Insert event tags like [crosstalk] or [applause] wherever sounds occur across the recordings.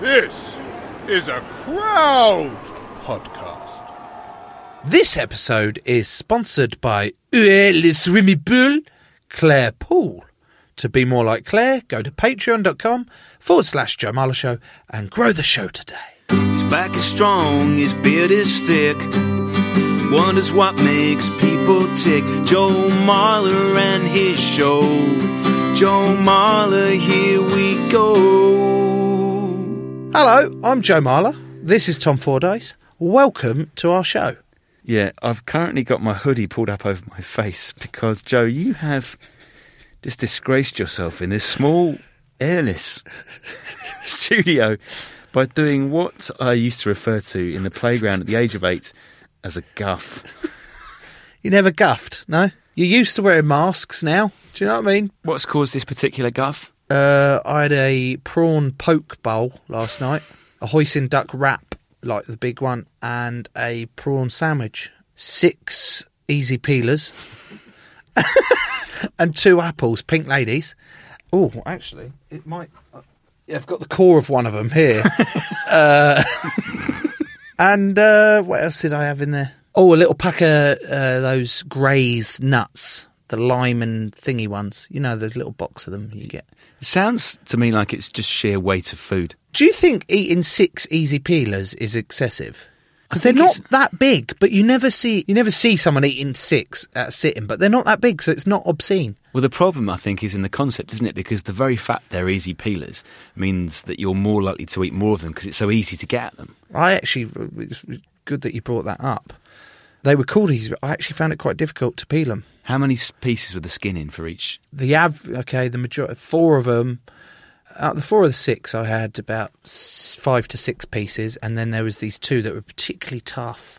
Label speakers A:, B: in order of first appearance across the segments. A: This is a crowd podcast.
B: This episode is sponsored by UE le Swimmy Pool, Claire Pool. To be more like Claire, go to patreon.com forward slash Joe Marler Show and grow the show today.
C: His back is strong, his beard is thick. Wonders what makes people tick. Joe Marler and his show. Joe Marler, here we go.
B: Hello, I'm Joe Marler. This is Tom Fordyce. Welcome to our show.
D: Yeah, I've currently got my hoodie pulled up over my face because, Joe, you have just disgraced yourself in this small, airless [laughs] studio by doing what I used to refer to in the playground at the age of eight as a guff.
B: You never guffed, no? You're used to wearing masks now. Do you know what I mean?
E: What's caused this particular guff?
B: Uh, I had a prawn poke bowl last night, a hoisin duck wrap, like the big one, and a prawn sandwich. Six easy peelers, [laughs] and two apples, pink ladies. Oh, actually, it might. uh, I've got the core of one of them here. [laughs] uh, and uh, what else did I have in there? Oh, a little pack of uh, those Grays nuts, the lime and thingy ones. You know, the little box of them you get.
D: It sounds to me like it's just sheer weight of food.
B: Do you think eating six easy peelers is excessive? Because they're
D: think
B: not that big, but you never see you never see someone eating six at a sitting. But they're not that big, so it's not obscene.
D: Well, the problem, I think, is in the concept, isn't it? Because the very fact they're easy peelers means that you're more likely to eat more of them because it's so easy to get at them.
B: I actually it's good that you brought that up. They were called easy, but I actually found it quite difficult to peel them.
D: How many s- pieces with the skin in for each?
B: The av okay, the majority four of them. Out of the four of the six, I had about s- five to six pieces, and then there was these two that were particularly tough.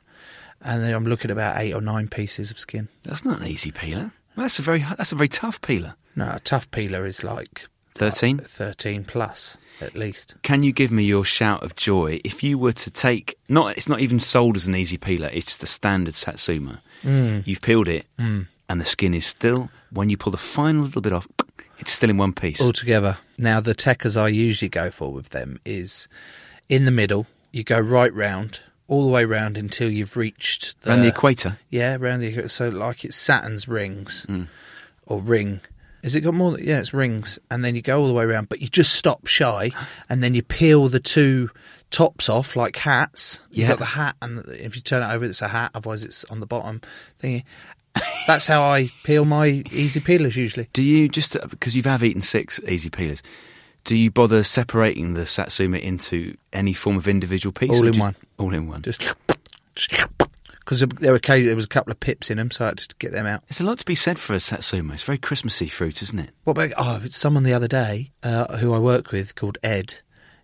B: And then I'm looking at about eight or nine pieces of skin.
D: That's not an easy peeler. That's a very that's a very tough peeler.
B: No, a tough peeler is like
E: Uh,
D: 13.
B: 13 plus at least.
D: Can you give me your shout of joy if you were to take not it's not even sold as an easy peeler, it's just a standard satsuma. You've peeled it and the skin is still when you pull the final little bit off, it's still in one piece.
B: Altogether. Now, the techers I usually go for with them is in the middle, you go right round, all the way round until you've reached the.
D: Around the equator.
B: Yeah, round the equator. So, like it's Saturn's rings or ring. Has it got more? than- Yeah, it's rings. And then you go all the way around, but you just stop shy and then you peel the two tops off like hats. You've
D: Yeah.
B: got the hat, and if you turn it over, it's a hat, otherwise, it's on the bottom thingy. That's how I peel my easy peelers usually.
D: Do you just because you have eaten six easy peelers? Do you bother separating the satsuma into any form of individual piece?
B: All
D: or
B: in
D: do you-
B: one.
D: All in one.
B: just [laughs] because there were occasionally, there was a couple of pips in them, so I had to get them out.
D: There's a lot to be said for a satsuma. It's very Christmassy fruit, isn't it?
B: What about oh, someone the other day uh, who I work with called Ed?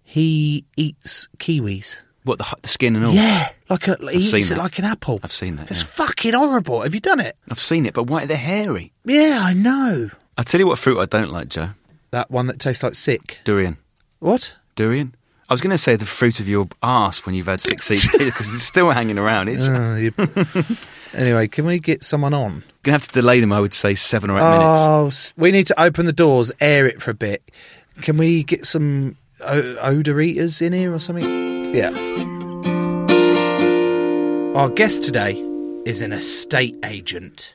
B: He eats kiwis.
D: What the, hu- the skin and all.
B: Yeah, like a, he
D: Oh. seen
B: eats it
D: that.
B: like an apple.
D: I've seen that,
B: It's
D: yeah.
B: fucking horrible. Have you done it?
D: I've seen it, but why they're hairy?
B: Yeah, I know.
D: I tell you what fruit I don't like, Joe.
B: That one that tastes like sick.
D: Durian. [laughs]
B: What?
D: Durian. I was going to say the fruit of your ass when you've had six each because it's still hanging around.
B: [laughs]
D: It's going
B: Oh, you- anyway, can we get someone on?
D: to have to delay them. I would say seven or eight minutes.
B: Oh, s- we need to open the doors, air it for a bit. Can we get some o- odor eaters in here or something? Yeah. Our guest today is an estate agent.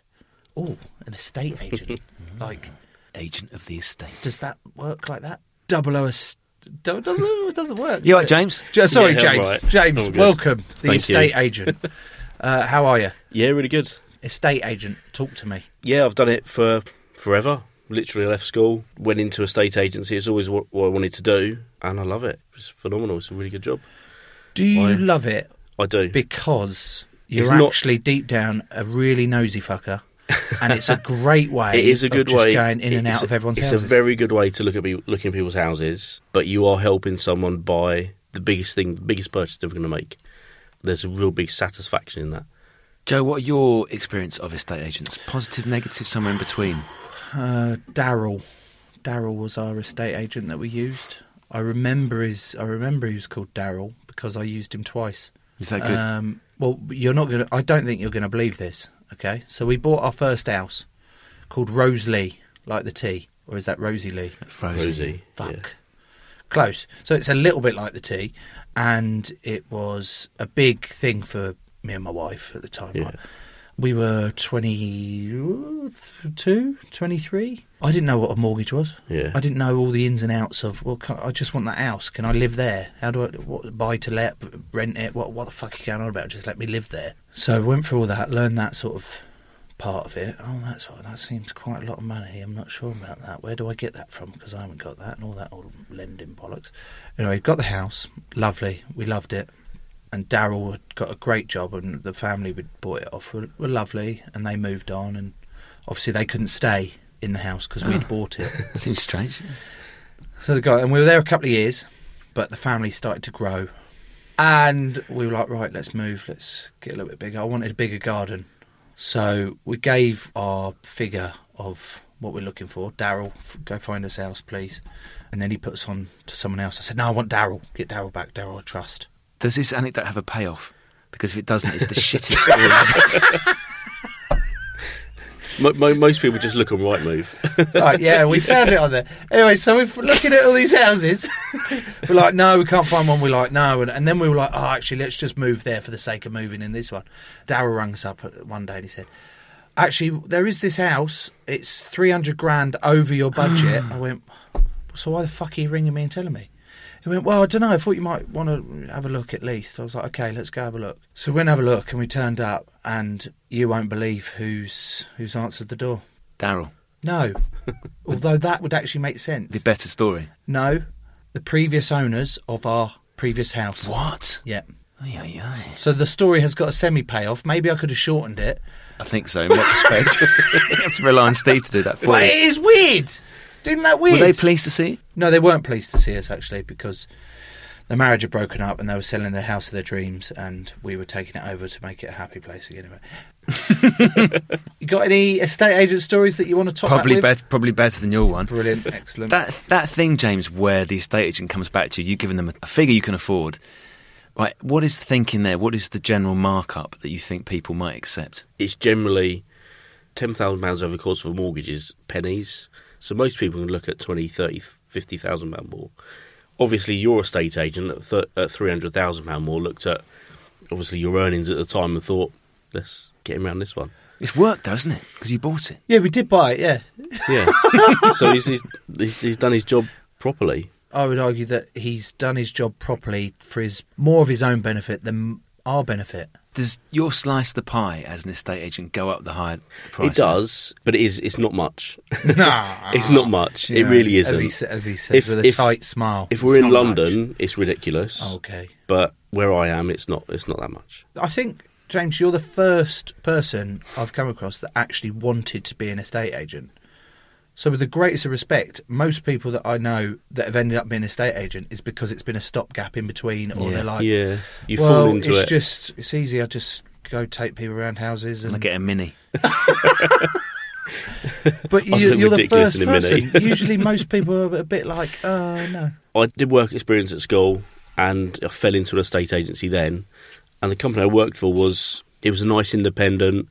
B: Oh, an estate
E: [laughs]
B: agent. like,
D: Agent of the estate.
B: does that work like that? Double O es- do- it doesn't it doesn't work.
D: You all right,
B: does it?
D: James?
B: Ja- sorry,
E: Yeah, I'm
B: James.
E: right. All
B: James,
E: good.
B: welcome. The
E: Thank you. [laughs]
B: estate agent. Uh, how are you?
E: Yeah, really good.
B: Estate agent, talk to me.
E: Yeah, I've done it for forever. Literally left school, went into a state agency. It's always what, what I wanted to do, and I love it. It's phenomenal. It's a really good job.
B: Do you
E: Why?
B: love it
E: I do. It's
B: because you're
E: not-
B: actually deep down a really nosy fucker and
C: [laughs]
B: it's a great way.
C: It is a
B: of
C: good
B: just
C: way
B: going in and
C: it's
B: out
C: a-
B: of everyone's
C: It's
B: houses.
C: a very good way to look at people, looking at people's houses, but you are helping someone buy the biggest thing, the biggest purchase they're going to make. There's a real big satisfaction in that.
D: Joe, what are your experience of estate agents? Positive, negative, somewhere in between?
B: uh, Daryl. Daryl was our estate agent that we used. I remember his. I remember he was called Daryl because I used him twice.
D: Is that good?
B: Um, well, you're not gonna. I don't think you're gonna believe this. Okay, so we bought our first house called Rose Lee, like the tea, or is that Rosie Lee?
D: Rosie.
C: Rosie.
B: Fuck.
C: yeah.
B: Close. So it's a little bit like the tea, and it was a big thing for me and my wife at the time.
C: Yeah.
B: We were 22, 23. I didn't know what a mortgage was.
C: Yeah.
B: I didn't know all the ins and outs of, well, can, I just want that house. Can I live there? How do I what, buy to let, rent it? What, what the fuck are you going on about? Just let me live there. So I went through all that, learned that sort of part of it. Oh, that's what, that seems quite a lot of money. I'm not sure about that. Where do I get that from? Because I haven't got that and all that old lending bollocks. Anyway, got the house. Lovely. We loved it. And Daryl had got a great job, and the family we bought it off were, were lovely, and they moved on. And obviously, they couldn't stay in the house because we'd bought it.
D: Seems strange.
B: So the guy, and we were there a couple of years, but the family started to grow, and we were like, right, let's move, let's get a little bit bigger. I wanted a bigger garden, so we gave our figure of what we're looking for. Daryl, f- go find us a house, please. And then he put us on to someone else. I said, no, I want Daryl. Get Daryl back. Daryl, I trust.
D: Does this anecdote have a payoff? Because if it doesn't, [laughs] it's the shittest story ever.
C: Mo- mo- most people just look on right move.
B: right, yeah, we found it on there. Anyway, so we're looking at all these houses. [laughs] we're like, no, we can't find one. We're like, no. And, and then we were like, oh, actually, let's just move there for the sake of moving in this one. Daryl rang us up one day and he said, actually, there is this house. It's 300 grand over your budget. I went, so why the fuck are you ringing me and telling me? He went, well, I don't know. I thought you might want to have a look at least. I was like, okay, let's go have a look. So we went and have a look and we turned up and you won't believe who's who's answered the door.
D: Daryl, [laughs]
B: No. Although that would actually make sense.
D: the better story.
B: No. The previous owners of our previous house.
D: What?
B: Yeah.
D: Ay, ay, ay.
B: So the story has got a semi payoff. Maybe I could have shortened it.
D: I think so, in that respect. [laughs] you have to rely on Steve to do that for
B: But
D: you.
B: it is weird. Isn't that
D: Were
B: weird?
D: they pleased to see? it?
B: no, they weren't pleased to see us actually because the marriage had broken up and they were selling the house of their dreams and we were taking it over to make it a happy place again.
D: [laughs]
B: you got any estate agent stories that you want to top
D: Probably,
B: that with?
D: bet- probably better than your one.
B: Brilliant, excellent.
D: That that thing, James, where the estate agent comes back to you, you've given them a figure you can afford. Right, what is the thinking there? What is the general markup that you think people might accept?
C: it's generally ten thousand pounds over the course of a mortgage is pennies. So most people can look at 20, 30, 50,000 pound more. Obviously, your estate agent at, th- at three hundred thousand pound more looked at obviously your earnings at the time and thought, let's get him around this one.
D: It's worked, doesn't it? Because you bought it.
B: yeah, we did buy it, yeah.
C: Yeah. [laughs] so he's, he's he's he's done his job properly.
B: I would argue that he's done his job properly for his more of his own benefit than our benefit.
D: Does your slice of the pie as an estate agent go up the higher the price?
C: It does, but it is it's not much.
B: Nah,
C: [laughs] it's not much. It really isn't.
B: As he, sa- as he says with a tight smile.
C: If we're
D: It's
C: in
D: not much.
C: London, it's ridiculous.
B: okay,
C: But where I am, it's not. It's not that much.
B: I think James, you're the first person I've come across that actually wanted to be an estate agent. So, with the greatest of respect, most people that I know that have ended up being an estate agent is because it's been a stopgap in between, or
D: Yeah.
B: they're like,
C: yeah, you
B: well,
C: fall into
B: it's
C: it.
B: just it's easy. I just go take people around houses
D: And
B: and
D: I get a mini.
B: But
C: I
B: you,
C: think
B: you're the first
C: ridiculous in a
B: person.
C: minute. [laughs]
B: Usually, most people are a bit like, "Oh no."
C: I did work experience at school, and I fell into an estate agency then. And the company I worked for was it was a nice independent,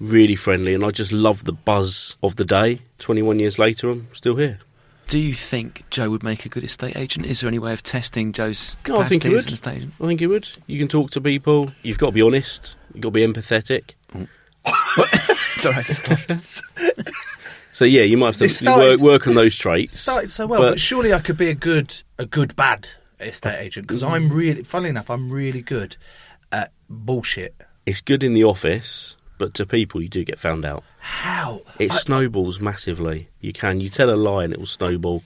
C: really friendly, and I just loved the buzz of the day. Twenty one years later, I'm still here.
D: Do you think Joe would make a good estate agent? Is there any way of testing Joe's
C: No,
D: capacity
C: I think he
D: as
C: would.
D: an estate agent?
C: I think you would. You can talk to people. You've got to be honest. You've got to be
B: [laughs]
C: empathetic.
D: Sorry, I just coughed.
C: [laughs] So yeah, you might have to
B: It started-
C: work, work on those traits.
B: Started so well, but, surely I could be a good, a good bad estate agent because I'm
C: Mm-hmm.
B: really, funnily enough, I'm really good at bullshit.
C: it's good in the office, but to people you do get found out.
B: How?
C: It
B: I-
C: snowballs massively. You can you tell a lie and it will snowball.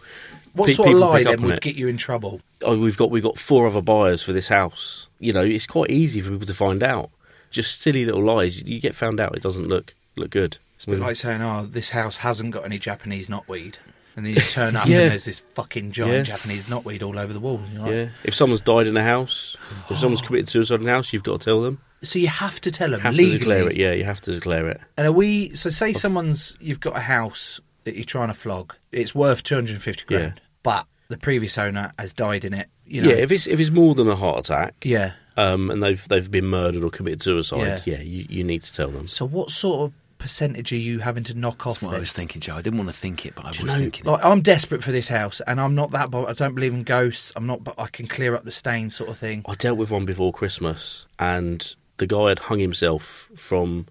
B: what
C: pe-
B: sort of
C: people
B: lie
C: pick up
B: then
C: on
B: would
C: it.
B: get you in trouble?
C: Oh, we've got we've got four other buyers for this house. You know, it's quite easy for people to find out. Just silly little lies. You get found out. It doesn't look look good.
B: It's a bit
C: Mm.
B: like saying, "Oh, this house hasn't got any Japanese knotweed," and then you
C: [laughs]
B: turn up
C: Yeah.
B: and there's this fucking giant
C: Yeah.
B: Japanese knotweed all over the walls. and you're like- Oh.
C: Yeah. If someone's died in a house, if someone's committed suicide in a house, you've got to tell them.
B: So you have to tell them
C: Have
B: legally.
C: to declare it. Yeah, you have to declare it.
B: And are we? So say someone's you've got a house that you're trying to flog. It's worth two hundred and fifty
C: Yeah.
B: grand, but the previous owner has died in it. You know,
C: yeah, if it's if it's more than a heart attack,
B: yeah.
C: um, and they've they've been murdered or committed suicide,
B: Yeah.
C: yeah, you, you need to tell them.
B: So what sort of percentage are you having to knock off?
D: That's what I
B: then?
D: was thinking, Joe. I didn't want to think it, but I was
B: You know,
D: thinking it.
B: like I'm desperate for this house, and I'm not that. Bo- I don't believe in ghosts. I'm not, but I can clear up the stain, sort of thing.
C: I dealt with one before Christmas, and the guy had hung himself from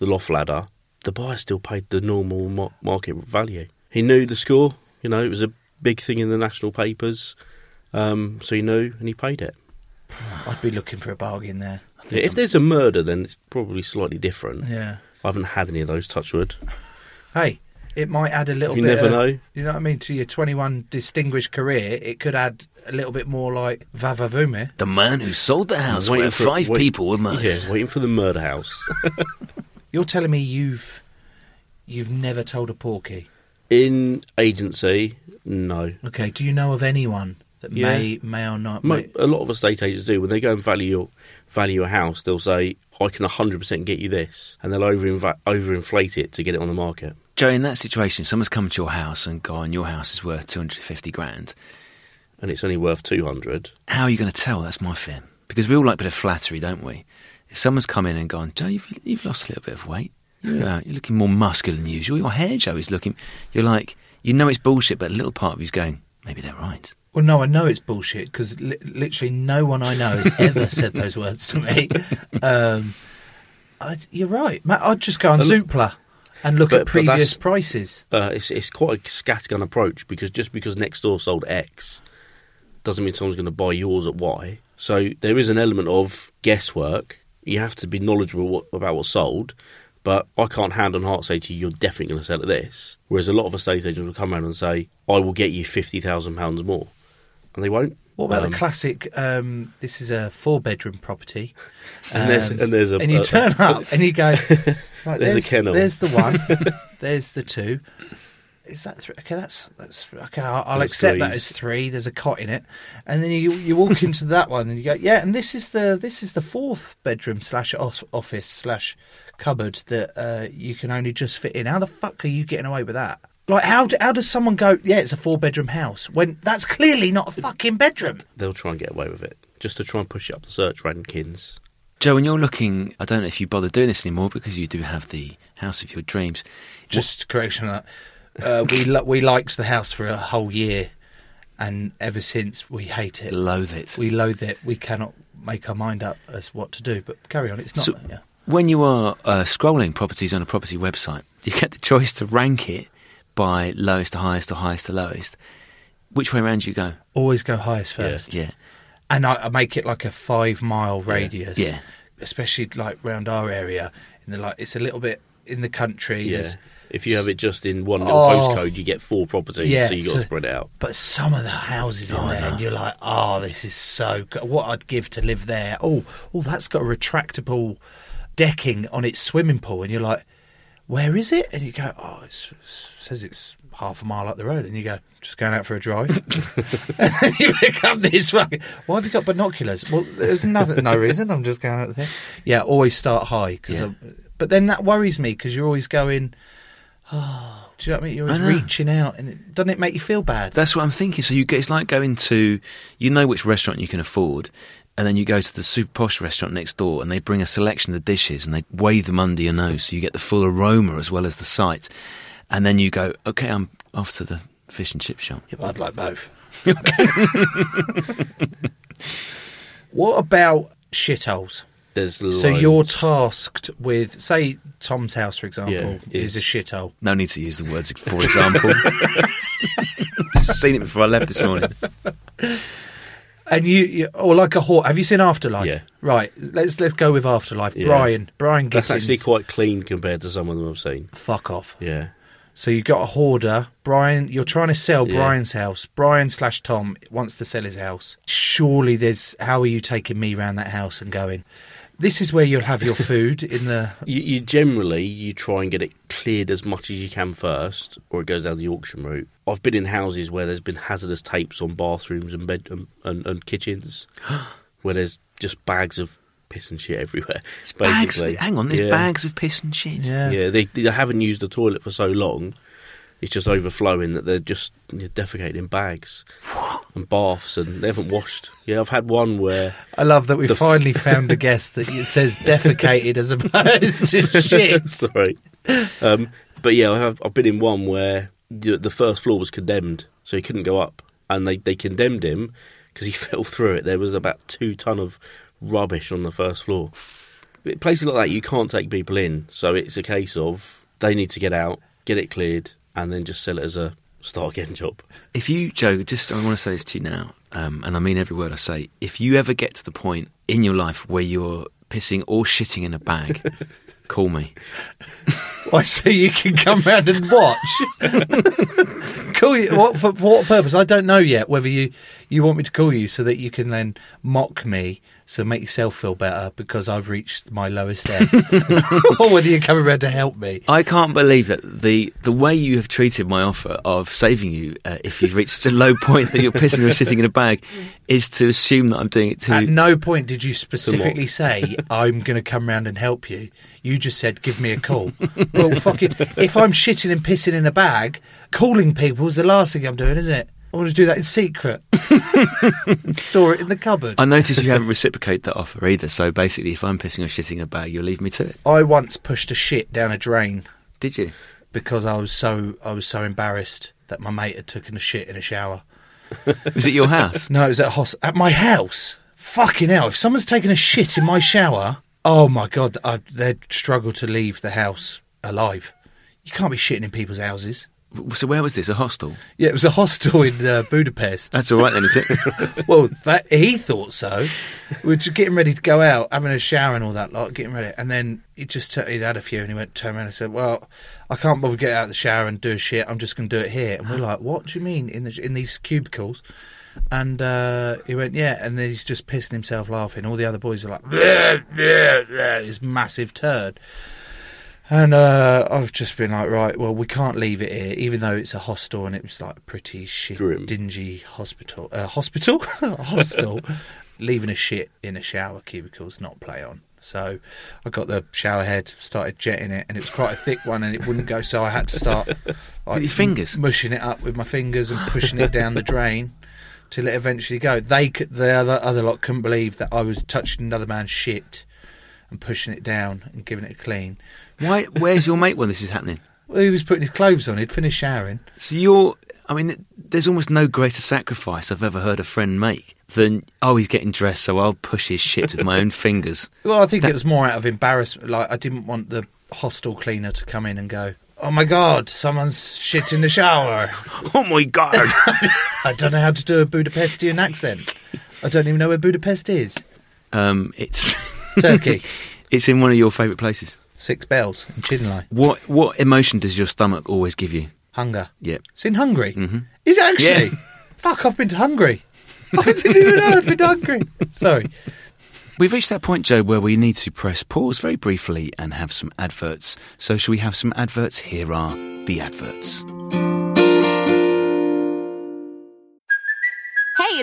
C: the loft ladder. The buyer still paid the normal mar- market value. He knew the score. You know, it was a big thing in the national papers, um, so he knew and he paid it.
B: I'd be looking for a bargain there.
C: If there's a murder, then it's probably slightly different.
B: Yeah.
C: I haven't had any of those. Touchwood.
B: Hey, it might add a little
C: You
B: bit.
C: never
B: of-
C: know.
B: You know what I mean? To your 21 distinguished career, it could add a little bit more like Vavavume.
D: The man who sold the house where
C: for-
D: five
C: wait-
D: people were murdered.
C: Yeah, waiting for the murder house.
B: You're telling me you've you've never told a porky.
C: In agency, no.
B: Okay. Do you know of anyone that
C: Yeah.
B: may may or not?
C: Mo-
B: May,
C: A lot of estate agents do when they go and value your value a house, they'll say, "I can 100% get you this," and they'll over overinflate it to get it on the market.
D: Joe, in that situation, if someone's come to your house and gone, your house is worth 250 grand,
C: And it's only worth 200.
D: how are you going to tell? That's my fear. Because we all like a bit of flattery, don't we? If someone's come in and gone, Joe, you've, you've lost a little bit of weight. You're, uh, you're looking more muscular than usual. Your hair, Joe, is looking. You're like, you know it's bullshit, but a little part of you's going, maybe they're right.
B: well, no, I know it's bullshit because li- literally no one I know has
C: [laughs]
B: ever said those words to me. Um, I'd, you're right. Matt, I'd just go on
C: But look-
B: Zoopla and look
C: but-
B: at
C: but that's-
B: previous prices.
C: Uh, it's it's quite a scattergun approach because just because next door sold X doesn't mean someone's going to buy yours at Y. So there is an element of guesswork. You have to be knowledgeable what, about what's sold, but I can't hand on heart say to you, you're definitely going to sell at this. Whereas a lot of estate agents will come around and say, I will get you fifty thousand pounds more, and they won't.
B: What about
C: Um,
B: the classic? Um, this is a four-bedroom property,
C: And there's- and there's a-
B: and you
C: a-
B: turn up
C: [laughs]
B: and you go, right, there's,
C: kennel."
B: there's the
C: [laughs]
B: one, there's the two. Is that three? okay? That's that's okay. I'll, I'll
C: That's
B: accept that
C: three.
B: as three. There's a cot in it, and then you you walk into that one and you go, yeah. And this is the this is the fourth bedroom slash os- office slash cupboard that uh, you can only just fit in. How the fuck are you getting away with that? Like how do, how does someone go? Yeah, it's a four bedroom house when that's clearly not a fucking bedroom.
C: They'll try and get away with it just to try and push it up the search rankings.
D: Joe, when you're looking, I don't know if you bother doing this anymore because you do have the house of your dreams.
B: Just correction on that. Uh, we li- we liked the house for a whole year, and ever since we hate it.
D: Loathe it.
B: We loathe it. We cannot make our mind up as what to do. But carry on. It's not.
D: So-
B: yeah.
D: When you are uh, scrolling properties on a property website, you get the choice to rank it by lowest to highest or highest to lowest. Which way around do you go?
B: Always go highest first,
D: Yeah.
B: and I, I make it like a five mile radius.
D: Yeah.
B: Especially like round our area, in the like it's a little bit in the country.
C: Yeah.
B: there's-
C: If you have it just in one little
B: Oh.
C: postcode, you get four properties,
B: Yeah,
C: so you got
B: so-
C: to spread it out.
B: But some of the houses in there, and you're like, oh, this is so good. What I'd give to live there. Oh, oh, that's got a retractable decking on its swimming pool, and you're like, where is it? And you go, oh, it's, it says it's half a mile up the road, and you go, just going out for a
D: [laughs]
B: drive. [laughs] and you pick up this fucking. Why have you got binoculars? Well, there's nothing, no reason. I'm just going out there. Yeah, always start high, cause
D: Yeah.
B: I'm- but then that worries me because you're always going. Oh, do you know what I mean? You're always
D: I know.
B: reaching out, and it, doesn't it make you feel bad?
D: That's what I'm thinking. So you get, it's like going to, you know, which restaurant you can afford, and then you go to the super posh restaurant next door, and they bring a selection of the dishes, and they wave them under your nose, so you get the full aroma as well as the sight, and then you go, okay, I'm off to the fish and chip shop.
B: Yeah, but I'd like both. [laughs] what about shitholes?
C: There's
B: So
C: loads.
B: you're tasked with, say, Tom's house, for example,
C: Yeah,
B: is a
C: is-
B: shithole.
D: No need to use the words,
C: [laughs]
D: for example. Seen it before I left this morning.
B: and you, you or like a hawk. Have you seen Afterlife?
C: Yeah.
B: Right. Let's let's go with Afterlife.
C: Yeah.
B: Brian, Brian Gittins.
C: That's actually quite clean compared to some of them I've seen.
B: Fuck off.
C: Yeah.
B: So you got a hoarder. Brian, you're trying to sell
C: Yeah.
B: Brian's house. Brian slash Tom wants to sell his house. Surely there's. How are you taking me round that house and going? This is where you'll have your food in
C: [laughs]
B: the.
C: You, you generally you try and get it cleared as much as you can first, or it goes down the auction route. I've been in houses where there's been hazardous tapes on bathrooms and bed and, and, and
D: [gasps]
C: kitchens, where there's just bags of piss and shit everywhere.
D: It's bags.
C: basically.
D: Hang on, there's
C: Yeah.
D: bags of piss and shit.
B: Yeah.
C: Yeah, they, they haven't used the toilet for so long. It's just overflowing that they're just you know, defecating in bags and baths, and they haven't washed. Yeah, I've had one where
B: I love that we
C: The f-
B: finally found a guest that it says defecated as opposed
C: [laughs]
B: to shit.
C: Sorry. Um, but yeah, I have, I've been in one where the, the first floor was condemned, so he couldn't go up, and they, they condemned him because he [laughs] fell through it. There was about two ton of rubbish on the first floor. But Places like that, you can't take people in, so it's a case of they need to get out, get it cleared, and then just sell it as a start again [laughs] job.
D: If you, Joe, just I want to say this to you now, um, and I mean every word I say. If you ever get to the point in your life where you're pissing or shitting in
B: [laughs]
D: a bag, call me.
B: Why, so you can come round and watch? call you what for, for what purpose? I don't know yet. Whether you you want me to call you so that you can then mock me, so make yourself feel better because I've reached my lowest ebb, [laughs] or whether you're coming round to help me.
D: I can't believe it. The the way you have treated my offer of saving you uh, if you've reached such a low point that you're pissing or shitting in a bag is to assume that I'm doing it to
B: At no point did you specifically say I'm going to come round and help you. You just said give me a call. well, fucking, if I'm shitting and pissing in a bag, calling people is the last thing I'm doing, isn't it? I want to do that in secret and store it in the cupboard.
D: I notice you haven't reciprocated that offer either. So basically, if I'm pissing or shitting in a bag, you'll leave me to it.
B: I once pushed a shit down a drain
D: Did you?
B: because I was so I was so embarrassed that my mate had taken a shit in a shower.
D: Was it
B: [laughs]
D: your house?
B: No, it was at hos- at my house. Fucking hell! If someone's taken a shit in my shower, oh my god, I, they'd struggle to leave the house alive. You can't be shitting in people's houses.
D: So where was this? A hostel?
B: Yeah, it was a hostel in uh, Budapest.
D: That's all right
B: [laughs]
D: then, is it?
B: well, that he thought so. We We're just getting ready to go out, having a shower and all that lot, getting ready. And then he just tur- he'd had a few, and he went turned around and said, "Well, I can't bother get out of the shower and do a shit. I'm just going to do it here." And we're like, "What do you mean in the sh- in these cubicles?" And uh, he went, "Yeah." And then he's just pissing himself laughing. All the other boys are like, "Bleh, bleh, bleh," "This massive turd." And uh, I've just been like, right, well, we can't leave it here, even though it's a hostel and it was like a pretty shit,
C: Grim.
B: dingy hospital. Uh, hospital? [laughs]
D: [laughs]
B: hostel. Leaving a shit in a shower cubicle's not play on. So I got the shower head, started jetting it, and it was quite a thick one and it wouldn't go, so I had to
D: [laughs]
B: start like,
D: your fingers?
B: mushing it up with my fingers and pushing it
D: [laughs]
B: down the drain till it eventually go. They, c- the other, other lot, couldn't believe that I was touching another man's shit and pushing it down and giving it a clean.
D: Why? Where's your mate when this is happening?
B: Well, he was putting his clothes on. He'd finished showering.
D: So you're. I mean, th- there's almost no greater sacrifice I've ever heard a friend make than oh, he's getting dressed, so I'll push his shit with my own [laughs] fingers.
B: Well, I think it was more out of embarrassment. Like I didn't want the hostel cleaner to come in and go, "Oh my god, someone's shit in the [laughs] shower."
D: Oh my
B: [laughs]
D: god!
B: I don't know how to do a Budapestian accent. I don't even know where Budapest is.
D: um, it's [laughs]
B: [laughs] Turkey,
D: it's in one of your favourite places.
B: six bells, and Chinlai,
D: What what emotion does your stomach always give you?
B: hunger.
D: Yep.
B: It's in Hungary. Is it actually?
D: Yeah.
B: [laughs] Fuck! I've been to Hungary. I didn't even know I'd been to Hungary. Sorry.
D: We've reached that point, Joe, where we need to press pause very briefly and have some adverts. So, shall we have some adverts? Here are the adverts.
F: Hey,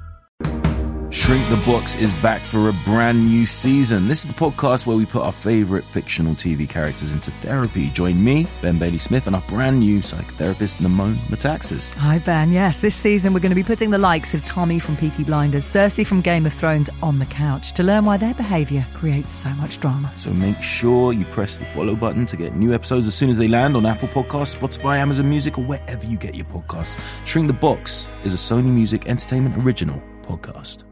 A: Shrink the Box is back for a brand new season. This is the podcast where we put our favorite fictional TV characters into therapy. Join me, Ben Bailey Smith, and our brand new psychotherapist, Namone Metaxas.
G: Hi, Ben. Yes, this season we're going to be putting the likes of Tommy from Peaky Blinders, Cersei from Game of Thrones on the couch to learn why their behaviour creates so much drama.
A: So make sure you press the follow button to get new episodes as soon as they land on Apple Podcasts, Spotify, Amazon Music, or wherever you get your podcasts. Shrink the Box is a Sony Music Entertainment Original podcast.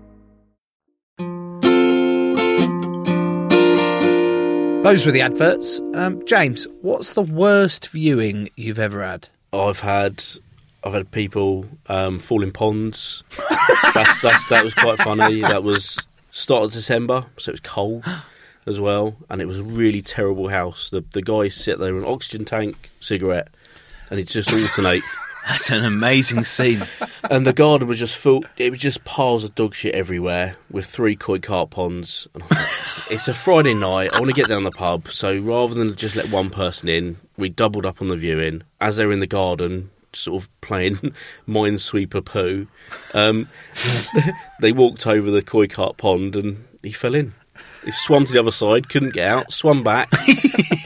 B: Those were the adverts. Um, James, what's the worst viewing you've ever had?
C: I've had I've had people um, fall in ponds. [laughs] that's, that's, that was quite funny. That was start of December, so it was cold as well, and it was a really terrible house. The the guy sat there with an oxygen tank, cigarette, and it just alternate.
D: That's an amazing scene.
C: And the garden was just full. It was just piles of dog shit everywhere with three koi carp ponds. And I was like, [laughs] it's a Friday night. I want to get down the pub. So rather than just let one person in, we doubled up on the viewing. As they're in the garden, sort of playing [laughs] Minesweeper poo, um, [laughs] they walked over the koi carp pond and he fell in. He swam to the other side, couldn't get out, swam back.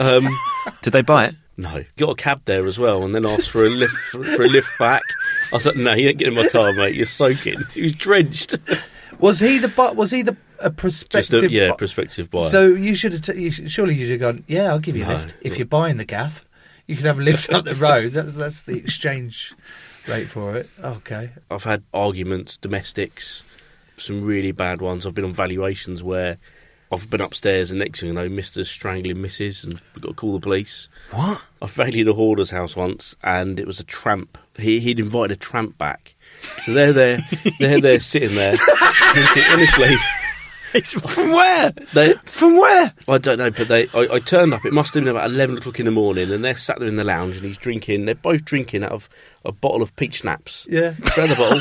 C: Um,
D: [laughs] Did they buy it?
C: no, got a cab there as well, and then asked for a lift for, for a lift back. I was like, "No, you ain't getting in my car, mate. You're soaking." [laughs] He was drenched.
B: Was he the bu- was he the a
C: Just
B: prospective?
C: a, yeah,
B: bu-
C: prospective buyer.
B: So you should have t- you should, surely you'd have gone. Yeah, I'll give you
C: No.
B: a lift if you're buying the gaff. You could have a lift up
C: [laughs]
B: the road. That's that's the exchange rate for it. Okay.
C: I've had arguments, domestics, some really bad ones. I've been on valuations where I've been upstairs and next thing you know, Mister's strangling Mrs. and we've got to call the police.
D: What?
C: I valued a hoarder's house once and it was a tramp. He, he'd invited a tramp back. So they're there, they're there sitting there. [laughs] Honestly,
D: It's from where?
C: they,
D: From where?
C: I don't know, but they I, I turned up. It must have been about eleven o'clock in the morning, and they're sat there in the lounge, and he's drinking. They're both drinking out of a bottle of peach schnapps.
B: [laughs] Yeah.
C: Grab the bottle.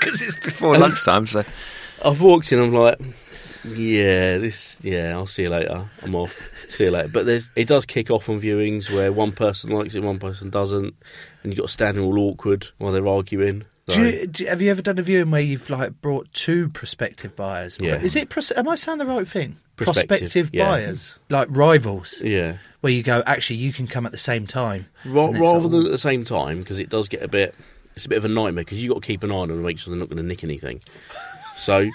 D: Because it's before
C: And-
D: lunchtime, so
C: I've walked in. I'm like, yeah, this. Yeah, I'll see you later. I'm off. See you later. But there's it does kick off on viewings where one person likes it, one person doesn't, and you've got to stand all awkward while they're arguing. So,
B: Do you, do, have you ever done a viewing where you've like brought two prospective buyers?
C: Yeah.
B: Is it? pros- Am I saying the right thing?
C: Prospective, yeah.
B: buyers, like rivals,
C: yeah.
B: where you go. Actually, you can come at the same time.
C: Ra-
B: And it's
C: rather
B: like,
C: than at the same time, because it does get a bit. It's a bit of a nightmare because you got to keep an eye on them and make sure they're not going to nick anything.
B: [laughs]
C: So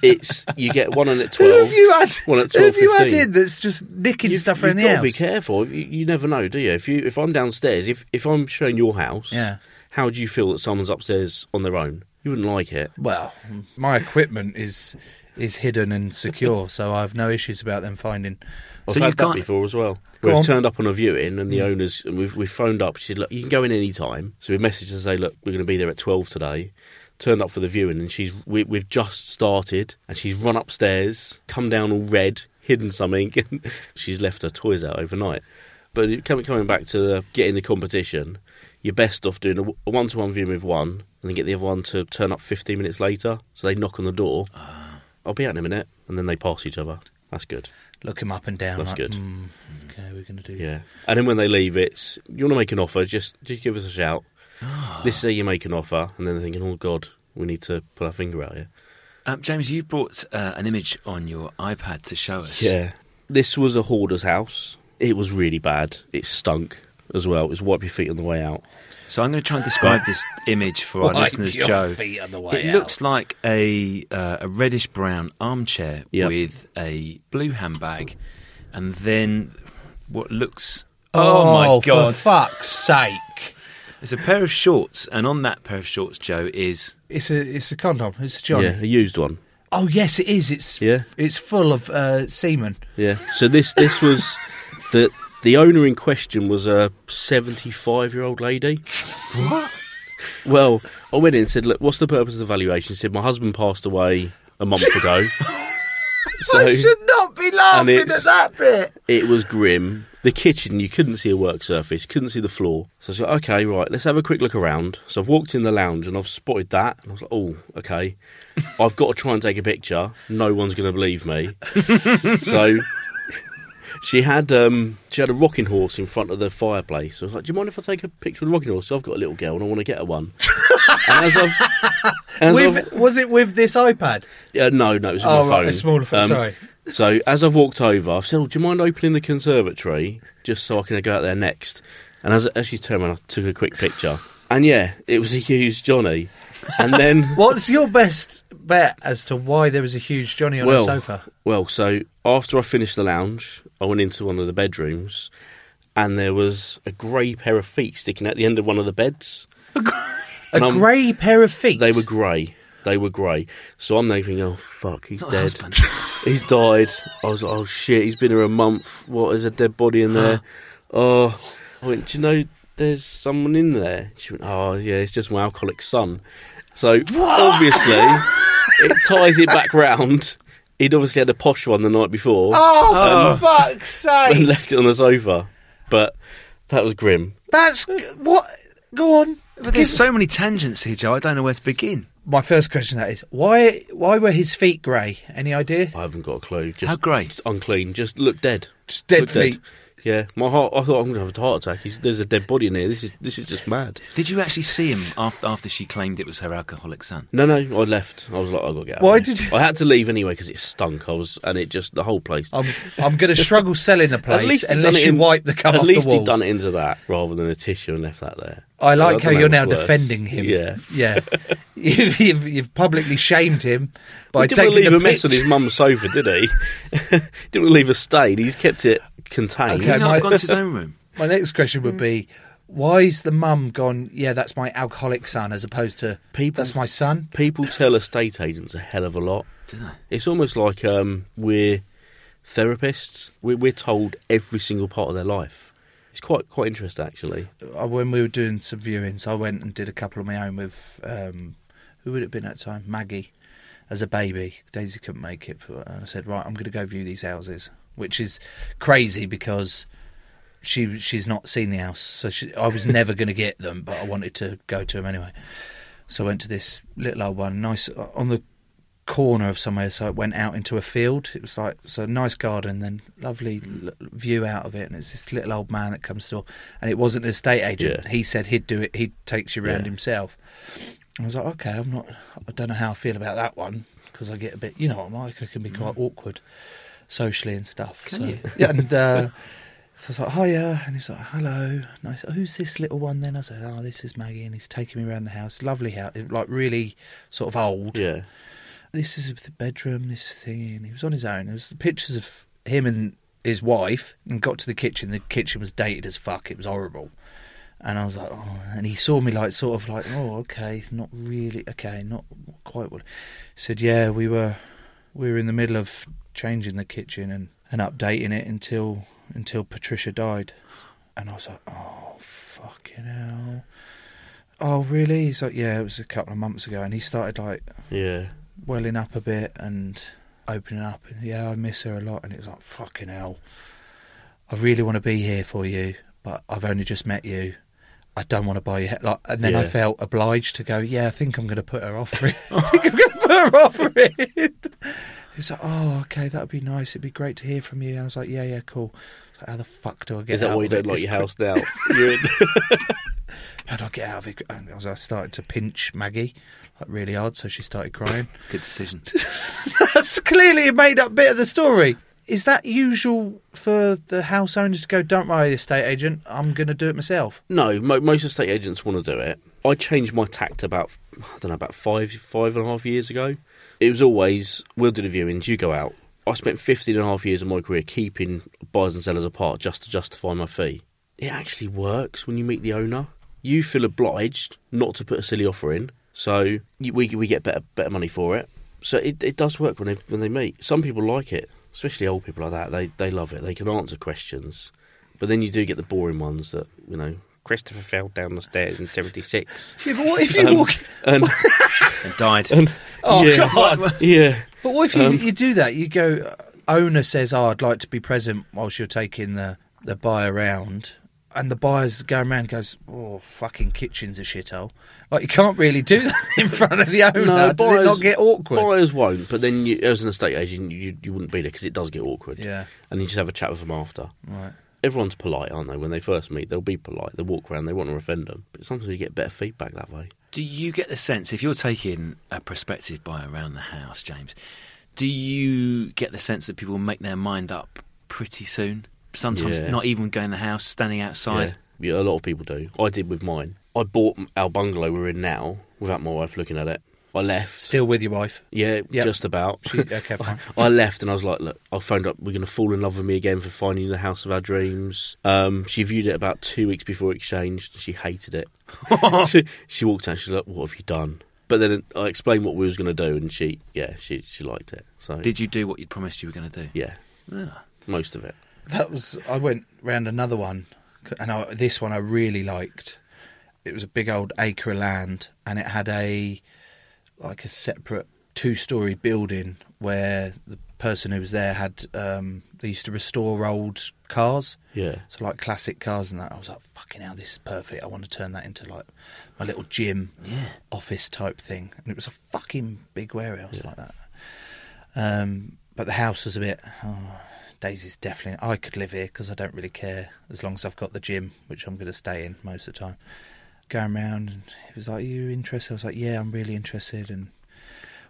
C: it's you get one on at
B: Who
C: twelve.
B: have you had?
C: One at
B: who have you had
C: 12:15.
B: in that's just nicking
C: You've-
B: stuff around
C: you've
B: the
C: got to
B: house?
C: be careful. You, you never know, do you? If you if I'm downstairs, if if I'm showing your house,
B: Yeah.
C: How do you feel that someone's upstairs on their own? You wouldn't like it.
B: Well, my equipment is is hidden and secure, so I have no issues about them finding.
C: I've
D: So you
C: had that
D: can't- Mm.
C: before as well.
B: Go
C: We've
B: on.
C: turned up on a viewing, and the owners and we've we've phoned up. She said, "Look, you can go in any time." So we messaged her and say, "Look, we're going to be there at twelve today." Turned up for the viewing, and she's we, we've just started, and she's run upstairs, come down all red, hidden something, [laughs] and she's left her toys out overnight. But it- coming coming back to the, getting the competition, you're best off doing a- a one to one viewing with one, and then get the other one to turn up fifteen minutes later. So they knock on the door.
D: Ah.
C: I'll be out in a minute, and then they pass each other. That's good.
B: Look him up and down.
C: That's
B: like,
C: good.
B: "Hmm, okay, we're going to do.
C: Yeah. And then when they leave, it's you want to make an offer, just just give us a shout. this is how you make an offer, and then they're thinking, oh god, we need to pull our finger out here.
D: um, James, you've brought uh, an image on your iPad to show us.
C: This was a hoarder's house. It was really bad. It stunk as well. It was wipe your feet on the way out.
D: So I'm going to try and describe
B: [laughs]
D: this image for our
B: Wipe
D: listeners,
B: your
D: Joe.
B: feet on the way
D: it
B: out.
D: looks like a uh, a reddish brown armchair
C: Yep.
D: with a blue handbag, and then what looks
B: Oh,
D: my god,
B: For fuck's sake!
D: it's a pair of shorts, and on that pair of shorts, Joe is
B: It's a it's a condom. It's a Johnny.
C: Yeah, a used one.
B: Oh yes, it is. It's
C: Yeah.
B: It's full of uh, semen.
C: Yeah. So this this was the the owner in question was a seventy five year old lady.
D: what?
C: Well, I went in and said, Look, what's the purpose of the valuation? She said, My husband passed away a month ago.
B: [laughs]
C: so
B: not be
C: it's-
B: that bit.
C: It was grim. The kitchen, you couldn't see a work surface, couldn't see the floor. So I was like, okay, right, let's have a quick look around. So I've walked in the lounge and I've spotted that. And I was like, oh,
B: [laughs]
C: okay. I've got to try and take a picture. No one's going to
B: [laughs]
C: believe me. so she had um, she had a rocking horse in front of the fireplace. I was like, do you mind if I take a picture of the rocking horse? I've got a little girl and I want to get
B: [laughs]
C: her one. and as I've, as I've-
B: With, was it with this iPad?
C: uh, no, no, it was on
B: Oh, right,
C: my phone. Um,
B: a smaller phone, sorry.
C: So as I've walked over, I've said, oh, "Do you mind opening the conservatory just so I can go out there next?" And as as she turned, around, I took a quick picture, and yeah, it was a huge Johnny.
B: [laughs]
C: And then,
B: What's your best bet as to why there was a huge Johnny on a
C: well,
B: sofa?
C: well, so after I finished the lounge, I went into one of the bedrooms, and there was a grey pair of feet sticking out the end of one of the beds.
B: [laughs] A
C: um,
B: grey pair of feet.
C: They were grey. They were grey. So I'm thinking, oh fuck, he's dead. [laughs] he's died. I was like, oh shit, he's been here a month. What is a dead body in there? oh, I went. Do you know there's someone in there? She went, oh yeah, it's just my alcoholic son. So obviously, it ties it back round. He'd obviously had a posh one the night before.
B: Oh,
C: Um,
B: for fuck's sake!
C: [laughs] and left it on the sofa. But that was grim.
B: That's what. Go on.
D: But there's so many tangents here, Joe. I don't know where to begin.
B: My first question that is why? Why were his feet grey? Any idea?
C: I haven't got a clue. Just
D: How grey?
C: just unclean. Just look dead.
B: Just dead
C: Look
B: feet.
C: Yeah, my heart. I thought I'm going to have a heart attack. He's, there's a dead body in here. This is this is just mad.
D: Did you actually see him after, after she claimed it was her alcoholic son?
C: No, no, I left. I was like, I got to get out. of
B: Why
C: here.
B: did you-
C: I had to leave anyway because it stunk. I was, and it just the whole place.
B: I'm I'm
C: [laughs]
B: going to struggle selling the
C: At
B: Oh, place
C: he'd done
B: unless
C: it
B: you
C: in-
B: wipe the cum
C: At
B: off
C: least
B: the walls.
C: he'd done it into that rather than a tissue and left that there.
B: I like
C: don't
B: how
C: know
B: you're
C: what's
B: now
C: worse.
B: defending him.
C: Yeah. [laughs]
B: yeah. you've, you've you've publicly shamed him by
C: he didn't
B: taking
C: leave
B: the
C: a mess on
B: pic-
C: his mum's sofa, did he? [laughs] didn't leave a stain. He's kept it contained.
D: He's
B: Okay,
D: not
B: my-
D: gone to
B: [laughs]
D: his own room.
B: My next question would be, why's the mum gone? Yeah, that's my alcoholic son, as opposed to
C: People-
B: That's my son.
C: People tell estate agents a hell of a lot.
D: Did I?
C: It's almost like um, we're therapists. We're, we're told every single part of their life. It's quite quite interesting, actually.
B: Uh, When we were doing some viewings, I went and did a couple of my own with um, who would it have been at the time? Maggie, as a baby. Daisy couldn't make it, but- and I said, right, I'm going to go view these houses, which is crazy because. She she's not seen the house, so she, I was never going to get them, but I wanted to go to them anyway. So I went to this little old one, nice uh, on the corner of somewhere. So it went out into a field. It was like so a nice garden, then lovely l- view out of it. And it's this little old man that comes to, and it wasn't an estate agent.
C: Yeah.
B: He said he'd do it. He takes you around
C: Yeah.
B: himself. I was like, okay, I'm not. I don't know how I feel about that one because I get a bit. You know what I'm like. I can be quite awkward socially and stuff. so, Yeah, [laughs] and uh, so I was like, hiya. And he's like, hello. And I said, who's this little one then? I said, oh, this is Maggie. And he's taking me around the house. Lovely house. Like, really sort of old.
C: Yeah.
B: This is the bedroom, this thing. And he was on his own. There was the pictures of him and his wife. And got to the kitchen. The kitchen was dated as fuck. It was horrible. And I was like, oh. And he saw me like, sort of like, oh, okay, not really, okay, not quite what. He said, yeah, we were, we were in the middle of changing the kitchen and, and updating it until until Patricia died. And I was like, oh, fucking hell. Oh, really? He's like, yeah, it was a couple of months ago. And he started like
C: Yeah.
B: welling up a bit and opening up. And yeah, I miss her a lot. And it was like, fucking hell. I really want to be here for you, but I've only just met you. I don't want to buy you. he-" Like, and then I
C: Yeah.
B: felt obliged to go. Yeah, I think I'm going to put her
C: [laughs]
B: offer in. [laughs] I think I'm going to put her [laughs] offer in. He's like, oh, okay, that'd be nice. It'd be great to hear from you. And I was like, yeah, yeah, cool. It's like, How the fuck do I get?
C: Is that
B: out
C: why you
B: of it
C: don't like
B: this
C: your
B: quick?
C: house
B: [laughs]
C: now? You're in- [laughs]
B: How do I get out of it? And as I started to pinch Maggie, like really hard, so she started
C: [laughs]
B: crying.
D: Good decision.
B: [laughs] That's clearly a made up bit of the story. Is that usual for the house owner to go, don't worry, estate agent, I'm going to do it myself?
C: no, mo- most estate agents want to do it. I changed my tact about I don't know about five five and a half years ago. It was always we'll do the viewings, you go out. I spent 15 and a half years of my career keeping buyers and sellers apart just to justify my fee. It actually works when you meet the owner. You feel obliged not to put a silly offer in, so you, we we get better better money for it. So it, it does work when they when they meet. Some people like it, especially old people like that. They they love it. They can answer questions. But then you do get the boring ones that, you know, Christopher fell down the stairs in [laughs] 76.
B: Yeah, but what if you
C: Um,
B: walk.
C: And,
D: and
B: [laughs]
D: died.
B: Oh,
C: yeah,
B: God.
C: Yeah.
B: But what if you,
C: um,
B: you do that? You go, uh, owner says, oh, I'd like to be present whilst you're taking the, the buyer round. And the buyer's going around and goes, oh, fucking kitchen's a shithole. Like, you can't really do that [laughs] in front of the owner. Does it not get awkward?
C: Buyers won't, but then you, as an estate agent, you, you wouldn't be there because it does get awkward.
B: Yeah.
C: And you just have a chat with them after.
B: Right.
C: Everyone's polite, aren't they? When they first meet, they'll be polite. They walk around, they want to offend them. But sometimes you get better feedback that way.
D: Do you get the sense, if you're taking a prospective buyer around the house, James, do you get the sense that people make their mind up pretty soon? Sometimes
C: Yeah.
D: not even going in the house, standing outside.
C: Yeah. yeah, a lot of people do. I did with mine. I bought our bungalow we're in now without my wife looking at it. I left.
B: Still with your wife.
C: Yeah,
B: Yep.
C: just about.
B: She,
C: [laughs]
B: okay, fine.
C: I left and I was like, look, I phoned up. We're going to fall in love with me again for finding the house of our dreams. Um, she viewed
B: [laughs]
C: it about two weeks before exchange. She hated it. she, she walked out. She's like, what have you done? But then I explained what we was going to do, and she, yeah, she she liked it. So
D: Did you do what you promised you were going to do?
C: Yeah,
D: Ah.
C: most of it.
B: That was I went round another one, and I, this one I really liked. It was a big old acre of land, and it had a like a separate two-story building where the person who was there had um, they used to restore old cars.
C: Yeah.
B: So like classic cars and that. I was like, fucking hell, this is perfect. I want to turn that into like my little gym,
D: Yeah.
B: office type thing. And it was a fucking big warehouse like that. Um, but the house was a bit. Oh, Daisy's definitely. I could live here because I don't really care as long as I've got the gym, which I'm going to stay in most of the time. Going round, and he was like, Are you interested? I was like, Yeah, I'm really interested. And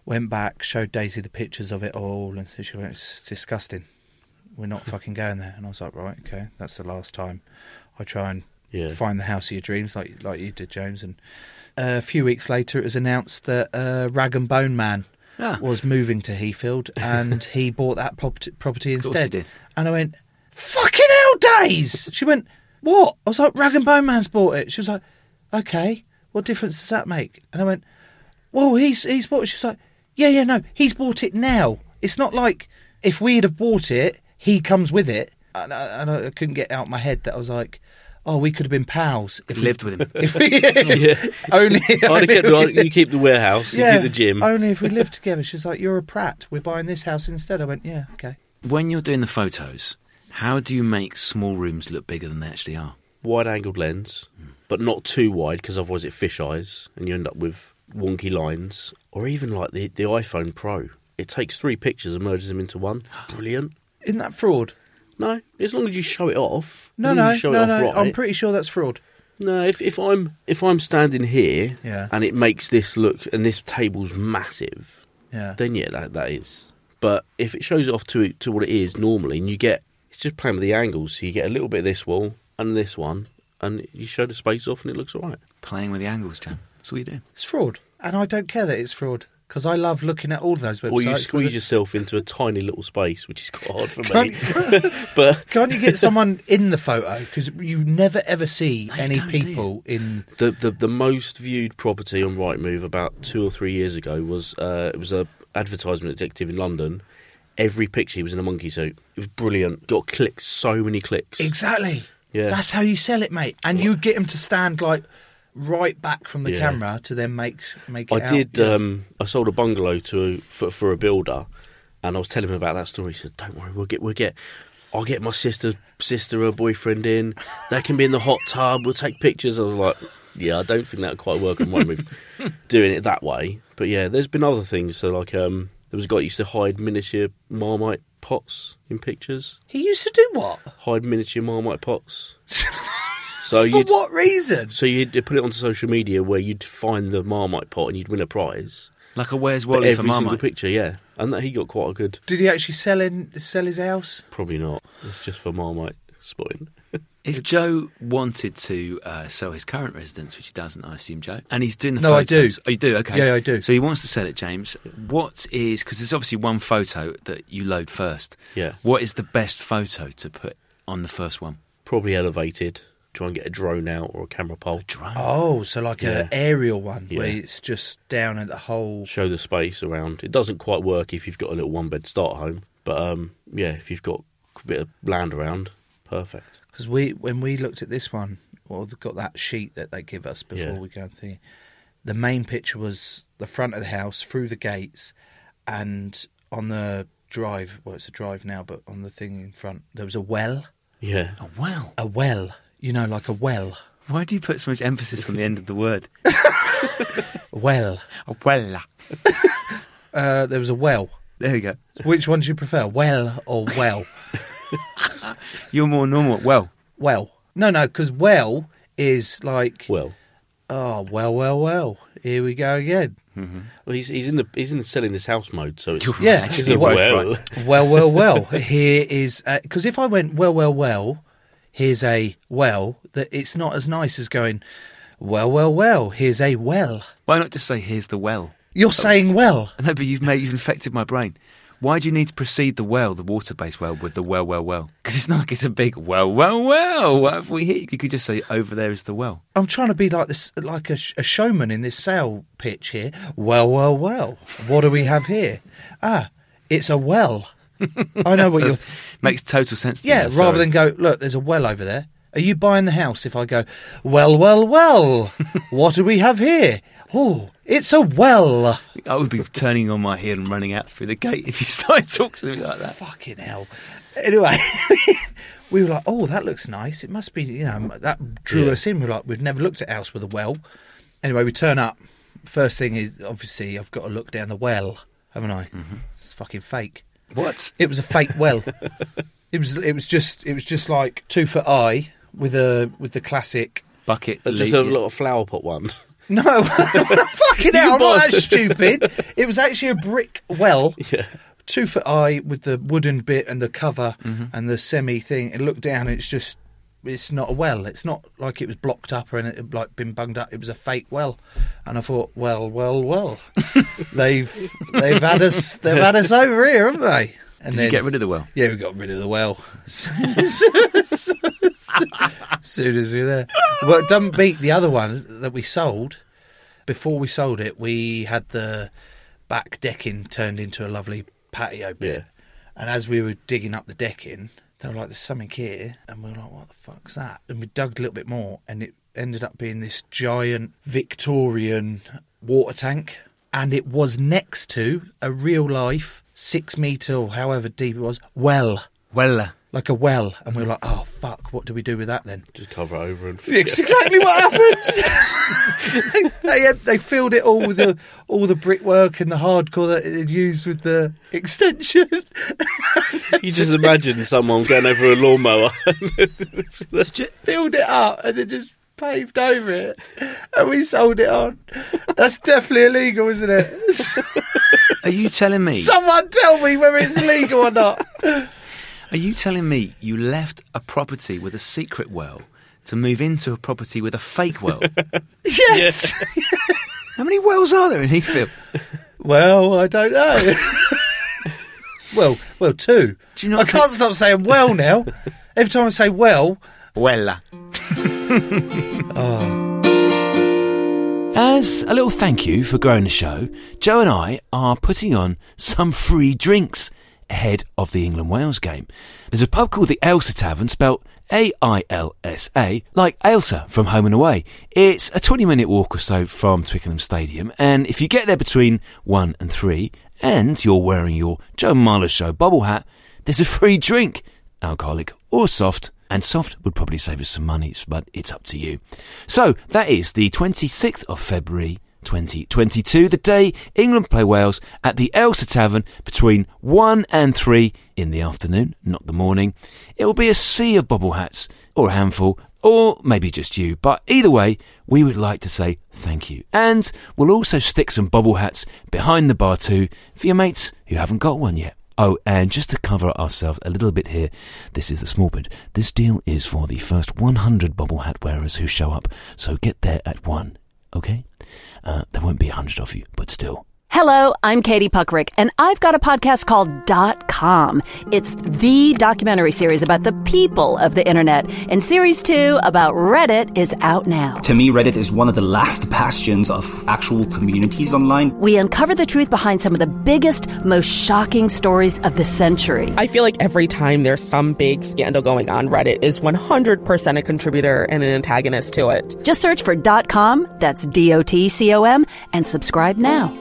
B: went back, showed Daisy the pictures of it all, and so she went, It's disgusting. We're not fucking going there. And I was like, Right, okay, that's the last time I try and
C: Yeah.
B: find the house of your dreams, like like you did, James. And a few weeks later, it was announced that uh, Rag and Bone Man
D: Ah.
B: was moving to Heathfield, and he bought that property, property
D: course
B: instead.
D: he did.
B: And I went, "Fucking hell, days!" She went, "What?" I was like, "Rag and Bone Man's bought it." She was like, "Okay, what difference does that make?" And I went, "Well, he's he's bought." it." She was like, "Yeah, yeah, no, he's bought it now. It's not like if we'd have bought it, he comes with it." And I, and I couldn't get out my head that I was like. Oh, we could have been pals if we
D: Lived
C: [laughs]
D: with him.
B: [laughs] if we
C: Yeah.
B: only,
C: I
B: only
C: kept,
B: if we-
C: you keep the warehouse, you do the gym.
B: Only if we lived together. She was like, "You're a prat. We're buying this house instead." I went, "Yeah, okay."
D: When you're doing the photos, how do you make small rooms look bigger than they actually are?
C: wide angled lens, but not too wide because otherwise it fish eyes and you end up with wonky lines. Or even like the, the iPhone Pro, it takes three pictures and merges them into one. Brilliant.
B: Isn't that fraud?
C: No, as long as you show it off.
B: No,
C: as long as
B: no,
C: you show
B: no,
C: it off
B: no.
C: right.
B: I'm pretty sure that's fraud.
C: No, if, if I'm if I'm standing here
B: Yeah.
C: and it makes this look and this table's massive,
B: Yeah,
C: then yeah, that that is. But if it shows it off to to what it is normally, and you get it's just playing with the angles, so you get a little bit of this wall and this one, and you show the space off, and it looks all right.
D: Playing with the angles, Jan. That's all you do.
B: it's fraud, and I don't care that it's fraud because I love looking at all those websites.
C: Or you
B: with
C: squeeze
B: a-
C: yourself into a tiny little space, which is quite hard for
B: Can't-
C: [laughs] me.
B: [laughs]
C: but
B: Can't you [laughs] get someone in the photo? Because you never ever see
D: you
B: any
D: don't, do you?
B: people in.
C: the, the the most viewed property on Rightmove about two or three years ago was uh, it was a advertisement executive in London. Every picture he was in a monkey suit. It was brilliant. Got clicks, so many clicks.
B: Exactly.
C: Yeah.
B: That's how you sell it, mate. And you get them to stand like right back from the
C: Yeah.
B: camera to then make make.
C: I
B: It out.
C: did.
B: Yeah.
C: Um, I sold a bungalow to for, for a builder, and I was telling him about that story. He said, "Don't worry, we'll get we'll get. I'll get my sister's sister or boyfriend in. They can be in the hot tub. We'll take pictures." I was like, "Yeah, I don't think that would quite work on
B: [laughs]
C: my move, doing it that way." But yeah, there's been other things. So like, um, there was a guy that used to hide miniature marmite pots in pictures.
B: He used to do what?
C: Hide miniature marmite pots.
B: [laughs]
C: So
B: For
C: you
B: what reason?
C: so you'd put it onto social media where you'd find the marmite pot and you'd win a prize.
D: Like a Where's
C: But
D: Wally for
C: every single
D: Marmite.
C: picture, yeah. And that he got quite a good.
B: Did he actually sell in sell his house?
C: Probably not. It's just for Marmite spotting.
D: If Joe wanted to uh, sell his current residence, which he doesn't, I assume, Joe, and he's doing the
B: No, I do.
D: photos. Oh, you do? Okay.
B: Yeah, I do.
D: So he wants to sell it, James. What is, because there's obviously one photo that you load first.
C: Yeah.
D: What is the best photo to put on the first one?
C: Probably elevated. Try and get a drone out or a camera pole.
D: Drone.
B: Oh, so like
C: Yeah.
B: a aerial one where
C: Yeah.
B: it's just down at the whole.
C: Show the space around. It doesn't quite work if you've got a little one bed start home. But um, yeah, if you've got a bit of land around, perfect.
B: Because we when we looked at this one, well, they've got that sheet that they give us before
C: Yeah.
B: we go and see. The main picture was the front of the house through the gates, and on the drive. Well, it's a drive now, but on the thing in front there was a well.
C: Yeah.
D: A Oh, well.
B: A well, you know, like a well.
D: Why do you put so much emphasis on the end of the word?
B: A well.
D: A well.
B: Uh, there was a well.
D: There we go.
B: Which one do you prefer, well or well?
C: [laughs]
D: You're more normal. Well.
B: well. No, no, because well is like
C: Well,
B: Oh well, well, well. Here we go again.
C: well he's, he's in the he's in the selling this house mode, so [laughs] it's
B: Yeah,
C: it's
B: actually
C: a
B: both
C: well.
B: Well, well, well. Here is because if I went well, well, well, here's a well that it's not as nice as going well, well, well. Here's a well.
D: Why not just say, here's the well?
B: You're saying well.
D: No, but you've made, you've infected my brain.
H: Why do you need to precede the well, the water-based well, with the well, well, well? Because it's not like it's a big well, well, well. What have we hit? You could just say over there is the well.
B: I'm trying to be like this, like a, sh- a showman in this sail pitch here. Well, well, well. What do we have here? Ah, it's a well. I know what
D: [laughs]
B: you're.
H: That's- Makes total sense. To me
B: Yeah,
H: now,
B: rather
H: sorry.
B: than go, look, there's a well over there. Are you buying the house? If I go, well, well, well, what do we have here? Oh, it's a well.
H: I would be turning on my head and running out through the gate if you [laughs] started talking to me like that.
B: Fucking hell. Anyway, [laughs] we were like, oh, that looks nice. It must be, you know, that drew
H: Yeah.
B: us in. We were like, we've never looked at a house with a well. Anyway, we turn up. First thing is, obviously, I've got to look down the well, haven't I? It's fucking fake.
H: What?
B: It was a fake well. it was. It was just. It was just like two foot high with a with the classic.
H: Bucket.
C: There's just a little flower pot one.
B: No, [laughs] fucking hell, I'm not
C: bought-
H: [laughs]
B: that stupid. It was actually a brick well,
C: Yeah.
B: two foot high with the wooden bit and the cover
H: Mm-hmm.
B: and the semi thing. It looked down. It's just. It's not a well. It's not like it was blocked up or anything, like been bunged up. It was a fake well, and I thought, well, well,
H: [laughs]
B: well, they've they've had us they've had us over here, haven't they? And
H: Did you get rid of the well?
B: yeah, we got rid of the well [laughs] as soon as we were there. Well, it doesn't beat the other one that we sold. Before we sold it, we had the back decking turned into a lovely patio bit.
C: Yeah.
B: And as we were digging up the decking, they were like, there's something here. And we were like, what the fuck's that? And we dug a little bit more, and it ended up being this giant Victorian water tank. And it was next to a real life six metre or however deep it was well
H: Well, uh,
B: like a well, and we were like, "Oh fuck, what do we do with that then?"
C: [laughs] Just cover it [laughs] over and.
B: It's exactly what happened. [laughs] they, they they filled it all with the all the brickwork and the hardcore that it used with the extension. [laughs]
C: You just imagine someone going over a lawnmower. [laughs]
B: filled it up and then just paved over it, and we sold it on. That's definitely illegal, isn't it? [laughs]
H: are you telling me?
B: Someone tell me whether it's legal or [laughs] not.
H: Are you telling me you left a property with a secret well to move into a property with a fake
B: [laughs]
H: well?
B: Yes.
H: How many wells are there in Heathfield?
B: Well, I don't [laughs] know. well, well, two.
H: Do you not
B: [laughs] I can't stop saying well now. Every time I say well,
D: [laughs]
H: Well,
D: Oh. As a little thank you for growing the show, Joe and I are putting on some free drinks ahead of the England Wales game. There's a pub called the Ailsa Tavern, spelt A I L S A, like Ailsa from Home and Away. It's a 20 minute walk or so from Twickenham Stadium, and if you get there between 1 and 3, and you're wearing your Joe Marler Show bubble hat, there's a free drink alcoholic or soft. And soft would probably save us some money, but it's up to you. So that is the 26th of February 2022, the day England play Wales at the Elsa Tavern between 1 and 3 in the afternoon, not the morning. It will be a sea of bobble hats, or a handful, or maybe just you, but either way, we would like to say thank you. And we'll also stick some bobble hats behind the bar too for your mates who haven't got one yet. Oh, and just to cover ourselves a little bit here, this is a small bit. This deal is for the first 100 bobble hat wearers who show up, so get there at 1, okay? Uh, there won't be 100 of you, but still.
F: Hello, I'm Katie Puckrick, and I've got a podcast called Dot Com. It's the documentary series about the people of the internet, and series two about Reddit is out now.
I: To me, Reddit is one of the last bastions of actual communities online.
F: We uncover the truth behind some of the biggest, most shocking stories of the century.
J: I feel like every time there's some big scandal going on, Reddit is 100% a contributor and an antagonist to it.
F: Just search for Dot Com, that's D O T C O M, and subscribe now.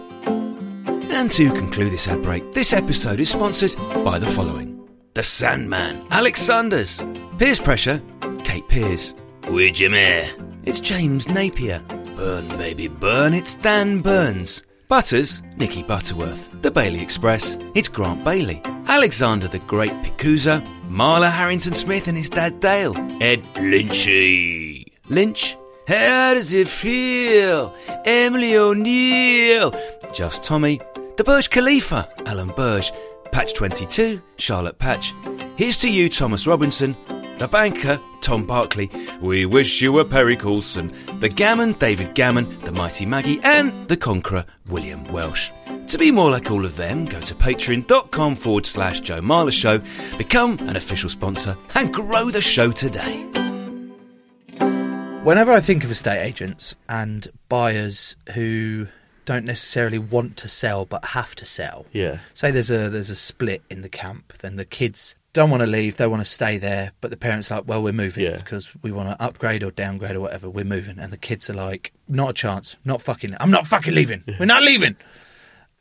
D: And to conclude this ad break, this episode is sponsored by the following The Sandman, Alex Sanders, Peers Pressure, Kate Pears, Ouija Mare, it's James Napier, Burn Baby Burn, it's Dan Burns, Butters, Nikki Butterworth, The Bailey Express, it's Grant Bailey, Alexander the Great Picuza, Marla Harrington Smith and his dad Dale, Ed Lynchy, Lynch, how does it feel? Emily O'Neill, Just Tommy, The Burj Khalifa, Alan Burge, Patch 22, Charlotte Patch. Here's to you, Thomas Robinson, The Banker, Tom Barkley. We wish you were Perry Coulson, The Gammon, David Gammon, The Mighty Maggie, and The Conqueror, William Welsh. To be more like all of them, go to patreon.com forward slash Joe Marler Show, become an official sponsor, and grow the show today.
B: Whenever I think of estate agents and buyers who don't necessarily want to sell but have to sell,
C: Yeah.
B: say there's a there's a split in the camp, then the kids don't want to leave, they want to stay there, but the parents are like, well, we're moving because we want to upgrade or downgrade or whatever, we're moving, and the kids are like, not a chance, not fucking, I'm not fucking leaving, we're not leaving.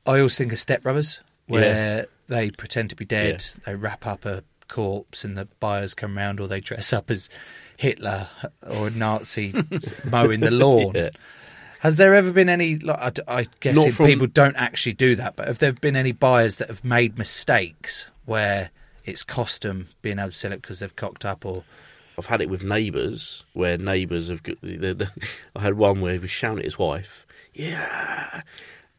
B: I always think of stepbrothers where they pretend to be dead, they wrap up a corpse, and the buyers come round, or they dress up as Hitler or a Nazi mowing the lawn.
C: Yeah.
B: Has there ever been any? Like, I d- I, guess
C: Not
B: if
C: from-
B: people don't actually do that, but have there been any buyers that have made mistakes where it's cost them being able to sell it because they've cocked up or?
C: I've had it with neighbours where neighbours have. Got, the, the, [laughs] I had one where he was shouting at his wife, yeah,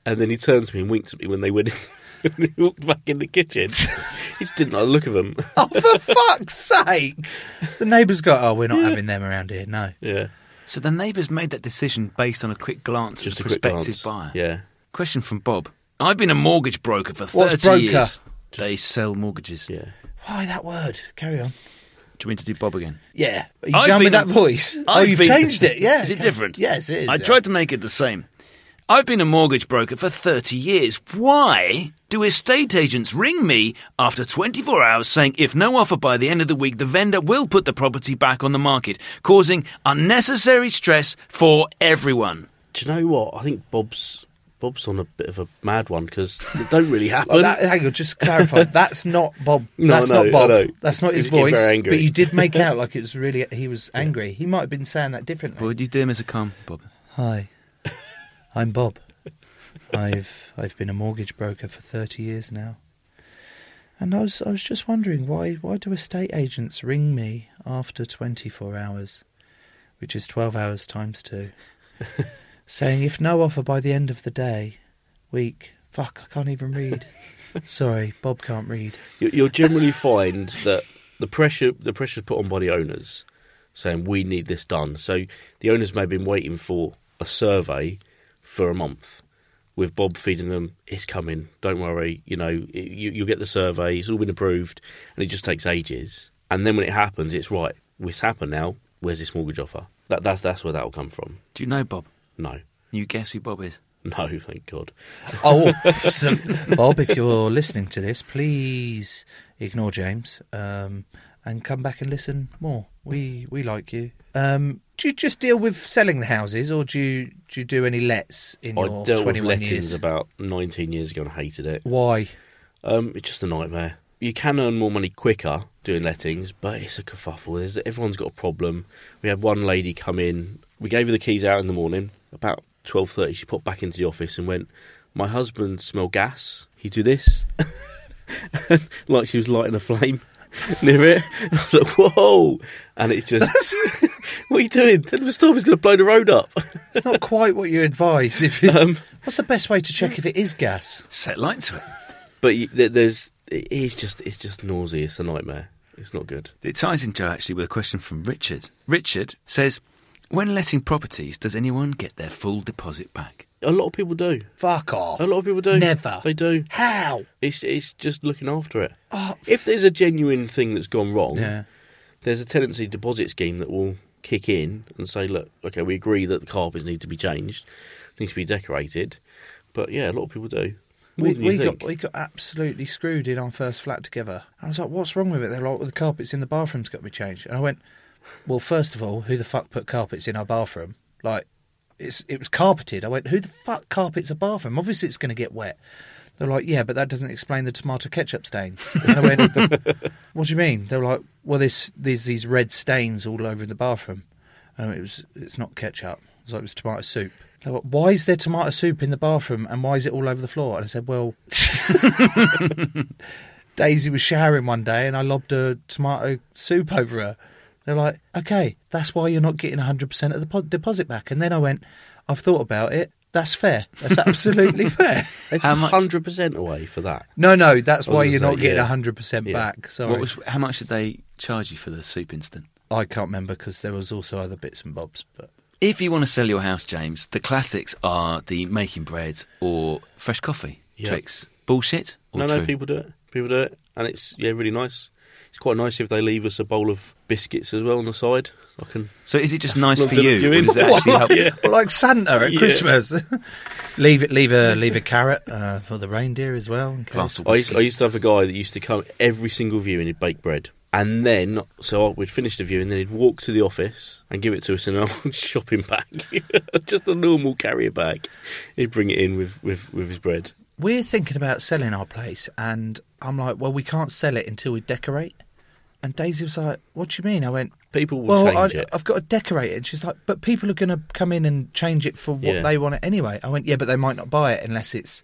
C: and then he turned to me and winked at me when they went. In, [laughs] when they walked back in the kitchen. [laughs] he just didn't like the look of them.
B: [laughs] Oh, for fuck's sake! The neighbours go, "Oh, we're not having them around here." No.
C: [laughs] Yeah.
D: So the neighbours made that decision based on a quick glance
C: Just
D: at the
C: a quick
D: prospective
C: glance.
D: buyer.
C: Yeah.
D: Question from Bob. I've been a mortgage broker for 30
B: What's broker?
D: years. They sell mortgages.
C: Yeah.
B: Why that word? Carry on.
D: Do you mean to do Bob again?
B: Yeah. Are you done with that voice? oh,
D: I've
B: you've
D: been-
B: changed it. Yeah.
D: Is it
B: okay.
D: different?
B: Yes, it is.
D: I tried to make it the same. I've been a mortgage broker for 30 years. Why do estate agents ring me after 24 hours saying if no offer by the end of the week, the vendor will put the property back on the market, causing unnecessary stress for everyone?
C: Do you know what? I think Bob's Bob's on a bit of a mad one because it don't really happen.
B: Like that, hang on, just clarify.
C: [laughs]
B: That's not Bob.
C: No,
B: that's
C: I know,
B: not Bob.
C: I know.
B: That's not
C: He
B: his
C: was getting
B: voice.
C: very angry.
B: But you did make
C: [laughs]
B: out like it was really he was angry. He might have been saying that differently.
D: Would you do him as a calm, Bob?
B: Hi, [laughs] I'm Bob. I've I've been a mortgage broker for thirty years now, and I was I was just wondering why why do estate agents ring me after twenty four hours, which is twelve hours times two, saying if no offer by the end of the day, week. Fuck, I can't even read. Sorry, Bob can't read.
C: You- You'll generally find that the pressure the pressure put on by the owners, saying we need this done. So the owners may have been waiting for a survey for a month, with Bob feeding them, "It's coming, don't worry. You know, it- you, you'll get the survey. It's all been approved, and it just takes ages. And then when it happens, it's right. It's happened now. Where's this mortgage offer? That that's that's where that'll come from.
D: Do you know Bob?
C: No, [laughs]
D: You guess who Bob is?
C: no, thank God.
B: Oh, [laughs] so- Bob, if you're listening to this, please ignore James um, and come back and listen more. We we like you. Um, do you just deal with selling the houses, or do you do, you do any lets in
C: I
B: your
C: dealt with
B: 21
C: lettings
B: years?
C: about 19 years ago and hated it.
B: Why?
C: Um, it's just a nightmare. You can earn more money quicker doing lettings, but it's a kerfuffle. There's, everyone's got a problem. We had one lady come in. We gave her the keys out in the morning. About 12.30, she popped back into the office and went, my husband smelled gas. He do this. [laughs] like she was lighting a flame [laughs] near it. [laughs] I was like, whoa. And it's just, [laughs] what are you doing? Tell him to stop. He's going to blow the road up. [laughs]
B: It's not quite what you advise. If you,
C: Um,
B: what's the best way to check if it is gas?
D: Set light to it.
C: But you- there- there's, it- it's just, it's just nauseous. It's a nightmare. It's not good.
D: It ties in, Joe, actually, with a question from Richard. Richard says, When letting properties, does anyone get their full deposit back?
C: A lot of people do.
B: Fuck off.
C: A lot of people do.
B: Never.
C: They do.
B: How?
C: It's it's just looking after it.
B: Oh.
C: If there's a genuine thing that's gone wrong,
B: Yeah.
C: there's a tenancy deposit scheme that will kick in and say, look, okay, we agree that the carpets need to be changed, needs to be decorated. But yeah, a lot of people do. More
B: We,
C: than you
B: we
C: think.
B: got we got absolutely screwed in our first flat together. I was like, "What's wrong with it?" They're like, well, "The carpets in the bathroom's got to be changed." And I went, "Well, first of all, who the fuck put carpets in our bathroom? Like, it's it was carpeted." I went, "Who the fuck carpets a bathroom? Obviously, it's going to get wet." They're like, "Yeah, but that doesn't explain the tomato ketchup stains." And I went, "What do you mean?" They were like, "Well, this there's these red stains all over the bathroom." And I went, it was it's not ketchup. It was like it was tomato soup. They were like, Why is there tomato soup in the bathroom and why is it all over the floor? And I said, Well, [laughs] Daisy was showering one day and I lobbed a tomato soup over her. They're like, okay, that's why you're not getting 100% of the po- deposit back. And then I went, I've thought about it. That's fair. That's absolutely [laughs] fair.
C: It's hundred percent away for that.
B: No, no, that's
C: I was
B: why
C: gonna
B: you're not
C: say,
B: getting
C: yeah.
B: 100%
C: Yeah.
B: back. Sorry.
D: What was, how much did they charge you for the soup instant?
B: I can't remember because there was also other bits and bobs, but
D: If you want to sell your house, James, the classics are the making bread or fresh coffee.
C: Yeah.
D: tricks? Bullshit
B: Oh,
D: or
C: no,
D: true?
C: no, people do it. People do it, and it's yeah, really nice. It's quite nice if they leave us a bowl of biscuits as well on the side. I can.
D: So is it [laughs] just
C: love to look in.
D: [laughs]
C: [laughs] Yeah.
B: Well, [laughs] like Santa at [laughs]
C: Yeah.
B: Christmas. leave it, leave a leave a carrot uh, for the reindeer as well. in case.
C: I used, I used to have a guy that used to come every single viewing. He'd bake bread, and then so I- we'd finish the viewing, then he'd walk to the office and give it to us in our [laughs] shopping bag, [laughs] just a normal carrier bag. He'd bring it in with with, with his bread.
B: We're thinking about selling our place, and I'm like, well, we can't sell it until we decorate. And Daisy was like, what do you mean? I went,
C: people will
B: well,
C: change
B: I,
C: it.
B: I've got to decorate it. And she's like, but people are going to come in and change it for what
C: Yeah.
B: they want it anyway. I went, yeah, but they might not buy it unless it's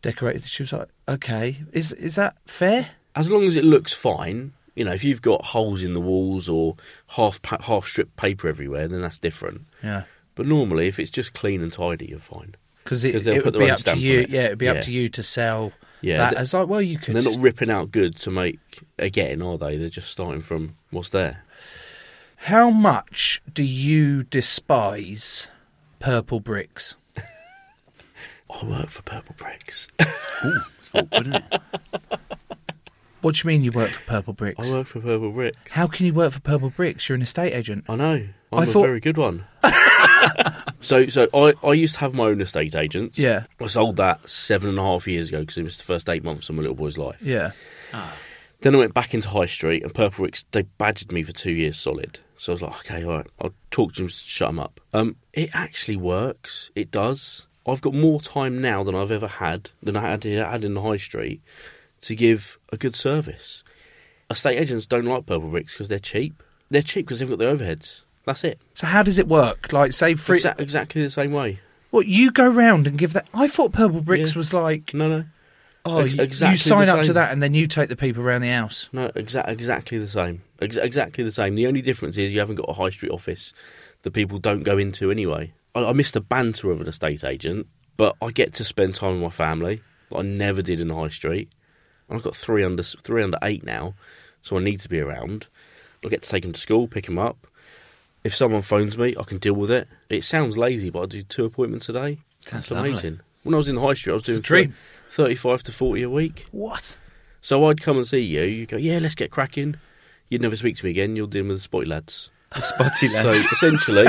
B: decorated. She was like, okay, is is that fair?
C: As long as it looks fine, you know, if you've got holes in the walls or half pa- half stripped paper everywhere, then that's different.
B: Yeah.
C: But normally, if it's just clean and tidy, you're fine.
B: Because it,
C: they'll
B: it
C: put
B: would
C: their
B: be
C: own
B: up to
C: stamp on
B: you.
C: it.
B: Yeah, it would be up to you to sell
C: Yeah,
B: that.
C: th-
B: As like, well, you could.
C: They're
B: just-
C: not ripping out good to make again, are they? They're just starting from what's there.
B: How much do you despise purple bricks?
C: I work for purple
B: [laughs]
C: bricks.
B: What do you mean you work for purple bricks?
C: I work for Purple Brick.
B: How can you work for purple bricks? You're an estate agent.
C: I know. I'm
B: I
C: a
B: thought.
C: very
B: [laughs]
C: good one. so, so I, I used to have my own estate agent.
B: Yeah.
C: I sold that seven and a half years ago because it was the first eight months of my little boy's life.
B: Yeah.
C: Then I went back into High Street and Purple Bricks, they badgered me for two years solid. So I was like, okay, all right, I'll talk to him, shut him up. Um, it actually works. It does. I've got more time now than I've ever had, than I had, had in the High Street, to give a good service. Estate agents don't like Purple Bricks because they're cheap. They're cheap because they've got the overheads. That's it.
B: So how does it work? Like, say, for e-,
C: Exac- exactly the same way.
B: What you go round and give that? I thought purple bricks was like
C: no, no.
B: Oh,
C: Ex-
B: you-
C: exactly
B: you sign
C: the
B: up to
C: same.
B: that and then you take the people around the house.
C: No, exa- exactly the same. Ex- exactly the same. The only difference is you haven't got a high street office that people don't go into anyway. I, I miss the banter of an estate agent, but I get to spend time with my family that I never did in the high street. And I've got three under three under eight now, so I need to be around. I get to take them to school, pick them up. If someone phones me, I can deal with it. It sounds lazy, but I do two appointments a day.
D: Sounds
C: That's
D: lovely.
C: amazing. When I was in the high street, I was doing
D: dream.
C: thir- 35 to 40 a week.
B: What?
C: So I'd come and see you. You go, yeah, let's get cracking. You'd never speak to me again. You're dealing with the spotty lads. The
D: spotty lads.
C: So
B: [laughs]
C: essentially,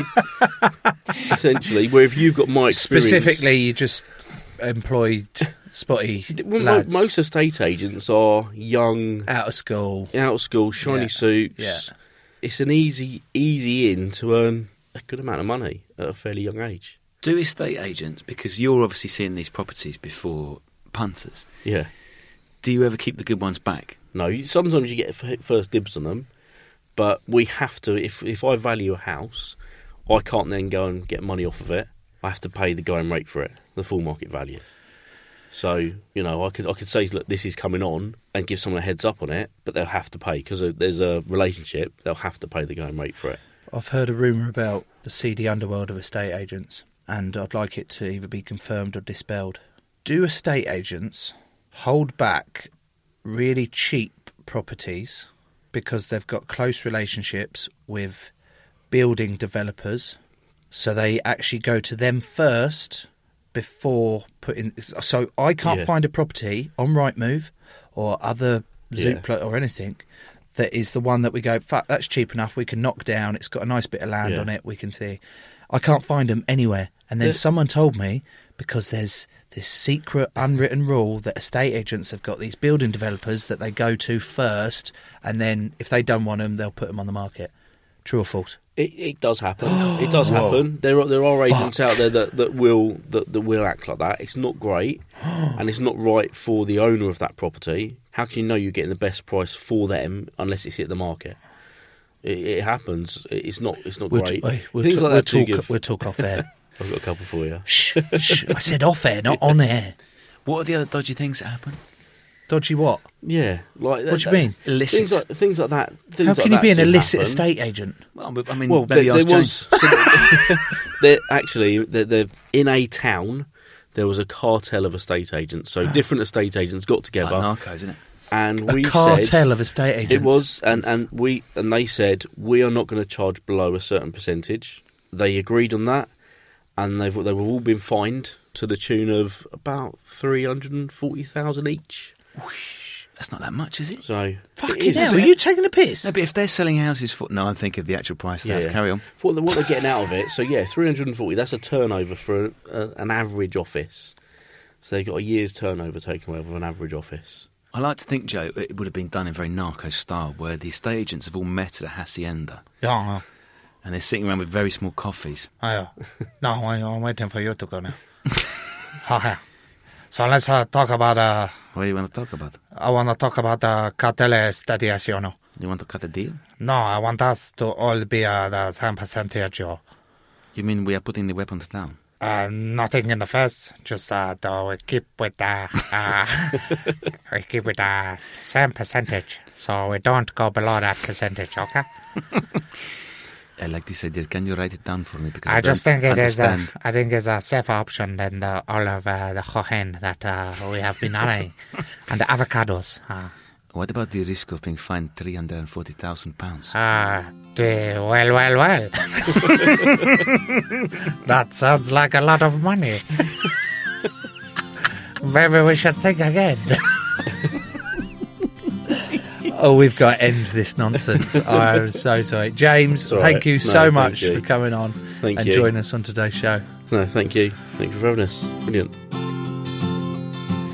C: essentially, where if you've got my experience,
B: Specifically, you just
C: [laughs]
B: employed spotty
C: Well, mo-
B: lads.
C: most estate agents are young,
B: out of school,
C: out of school, shiny
B: Yeah,
C: suits.
B: yeah.
C: It's an easy, easy in to earn a good amount of money at a fairly young age.
D: Do estate agents because you're obviously seeing these properties before punters.
C: Yeah.
D: Do you ever keep the good ones back?
C: No, you- sometimes you get f- first dibs on them, but we have to. If if I value a house, I can't then go and get money off of it. I have to pay the going rate for it, the full market value. So you know, I could I could say, look, this is coming on, and give someone a heads up on it, but they'll have to pay because there's a relationship. They'll have to pay the going rate for it.
B: I've heard a rumour about the seedy underworld of estate agents, and I'd like it to either be confirmed or dispelled. Do estate agents hold back really cheap properties because they've got close relationships with building developers? So they actually go to them first before putting. So I can't
K: Yeah.
B: find a property on Rightmove or other
K: Yeah.
B: Zoopla or anything that is the one that we go, fuck, that's cheap enough. We can knock down. It's got a nice bit of land
K: Yeah.
B: on it. We can see. I can't find them anywhere. And then
K: Yeah.
B: someone told me because there's this secret unwritten rule that estate agents have got these building developers that they go to first, and then if they don't want them, they'll put them on the market. True or false?
C: It, it
B: [gasps]
C: does happen. it does
B: Whoa.
C: happen. There are there are agents out there that, that will that, that will act like that. It's
B: [gasps]
C: not great, and it's not right for the owner of that property. How can you know you're getting the best price for them unless it's hit the market? It, it happens. It- It's not. It's not
B: We'll
C: great.
B: t- hey, we'll
C: Things
B: t-
C: like
B: we'll
C: that do
B: talk-
C: give-
B: we'll talk off air.
C: [laughs] I've got a couple for you.
B: Shh, shh. I said off air, not on air.
D: What are the other dodgy things that happen?
B: Dodgy what?
C: Yeah, like
B: What do you mean?
C: Illicit things like things like that. Things
B: How
C: like
B: can you
C: that
B: be an
C: do
B: illicit
C: happen.
B: estate agent?
D: Well, I
B: Mm,
D: mean,
C: Well, there, there was so [laughs] there- actually there there- in a town. There was a cartel of estate
B: [gasps]
C: agents, so different estate agents got together.
D: Like narcos, isn't it?
C: And
B: A
C: we
B: cartel
C: said,
B: of estate
C: It
B: agents.
C: was, and, and we and they said we are not going to charge below a certain percentage. They agreed on that, and they've they've all been fined to the tune of about 340,000 each.
A: That's not that much, is it?
C: So,
B: Fucking
C: it is.
B: hell, are you taking a piss?
A: No, but if they're selling houses for no, I'm thinking of the actual price. That's carry on.
C: For what, they're, what they're getting out of it, so yeah, 340, that's a turnover for a, a, an average office. So they've got a year's turnover taken away with an average office.
A: I like to think, Joe, it would have been done in very narco style, where the estate agents have all met at a hacienda
B: Yeah,
A: and they're sitting around with very small coffees.
B: I, no, I, I'm waiting for you to [laughs] go now. okay. So let's uh, talk about. Uh,
A: What do you want to talk about?
B: I want to talk about uh, cartel estaciano.
A: You want to cut a deal?
B: No, I want us to all be uh, the same percentage. uh, Or,
A: You mean we are putting the weapons down?
B: uh, nothing in the first, just uh, the, we keep with the [laughs] uh, we keep with the same percentage, so we don't go below that percentage. Okay.
A: I like this idea. Can you write it down for me? Because I,
B: I just
A: don't
B: think it is.
A: understand.
B: A, I think it's a safer option than the, all of uh, the cocaine that uh, we have
A: [laughs]
B: been eyeing, and the avocados. Uh,
A: What about the risk of being fined three hundred and forty thousand pounds?
B: Ah, the- well, well, well. that sounds like a lot of money. Maybe we should think again. oh, we've got to end this
C: [laughs]
B: nonsense. I am so sorry. James,
C: It's all
B: thank
C: right.
B: you
C: No,
B: so
C: thank
B: much
C: you.
B: for coming on
C: Thank
B: and
C: you.
B: joining us on today's show.
C: No, thank you. Thank you for having us. Brilliant.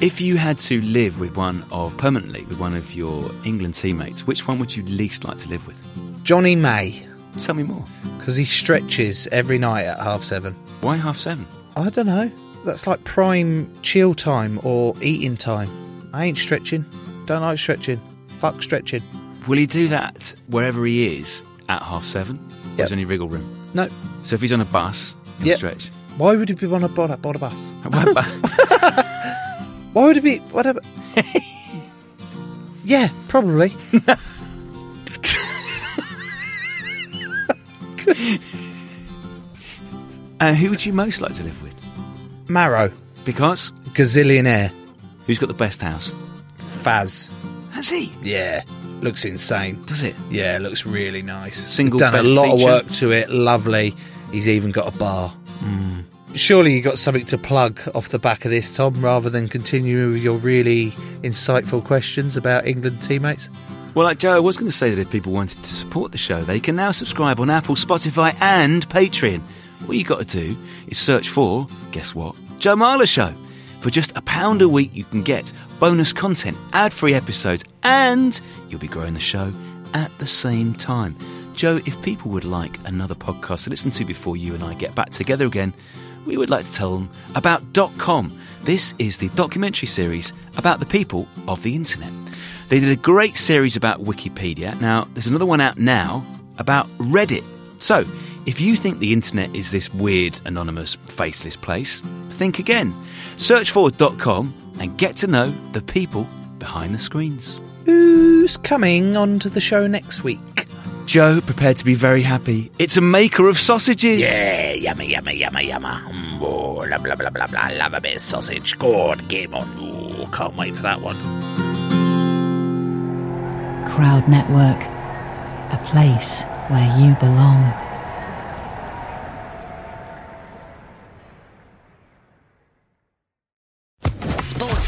A: If you had to live with one of permanently with one of your England teammates, which one would you least like to live with?
B: Johnny May.
A: Tell me more.
B: Because he stretches every night at half seven.
A: Why half seven?
B: I don't know. That's like prime chill time or eating time. I ain't stretching. Don't like stretching. Fuck stretching.
A: Will he do that wherever he is at half seven? Or is
B: Yep.
A: only wriggle room?
B: No.
A: So if he's on a bus, he'll
B: Yep.
A: stretch. [laughs]
B: Why would he be on a board, board a bus?
A: Why
B: Why would he be
C: [laughs]
B: whatever? yeah, probably.
A: Uh, who would you most like to live with?
B: Marrow.
A: Because?
B: Gazillionaire.
A: Who's got the best house?
B: Faz.
A: Has he?
B: Yeah. Looks insane.
A: Does it?
B: Yeah, it looks really nice.
A: Single
B: Done a
A: best
B: lot
A: feature?
B: of work to it. Lovely. He's even got a bar.
L: Mm.
B: Surely you got something to plug off the back of this, Tom, rather than continue with your really insightful questions about England teammates.
A: Well, like Joe, I was going to say that if people wanted to support the show, they can now subscribe on Apple, Spotify, and Patreon. All you got to do is search for, guess what? Joe Marler Show. For just a pound a week, you can get bonus content, ad free episodes, and you'll be growing the show at the same time. Joe, if people would like another podcast to listen to before you and I get back together again, we would like to tell them about .com. This is the documentary series about the people of the internet. They did a great series about Wikipedia. Now, there's another one out now about Reddit. So, if you think the internet is this weird, anonymous, faceless place, think again. Search for .com and get to know the people behind the screens.
B: Who's coming onto the show next week?
A: Joe, prepare to be very happy. It's a maker of sausages.
L: Yeah, yummy, yummy, yummy, yummy. Mm, oh, blah, blah, blah, blah, blah. Love a bit of sausage. Good game on. Ooh, can't wait for that one.
G: Crowd Network, a place where you belong.
F: Sports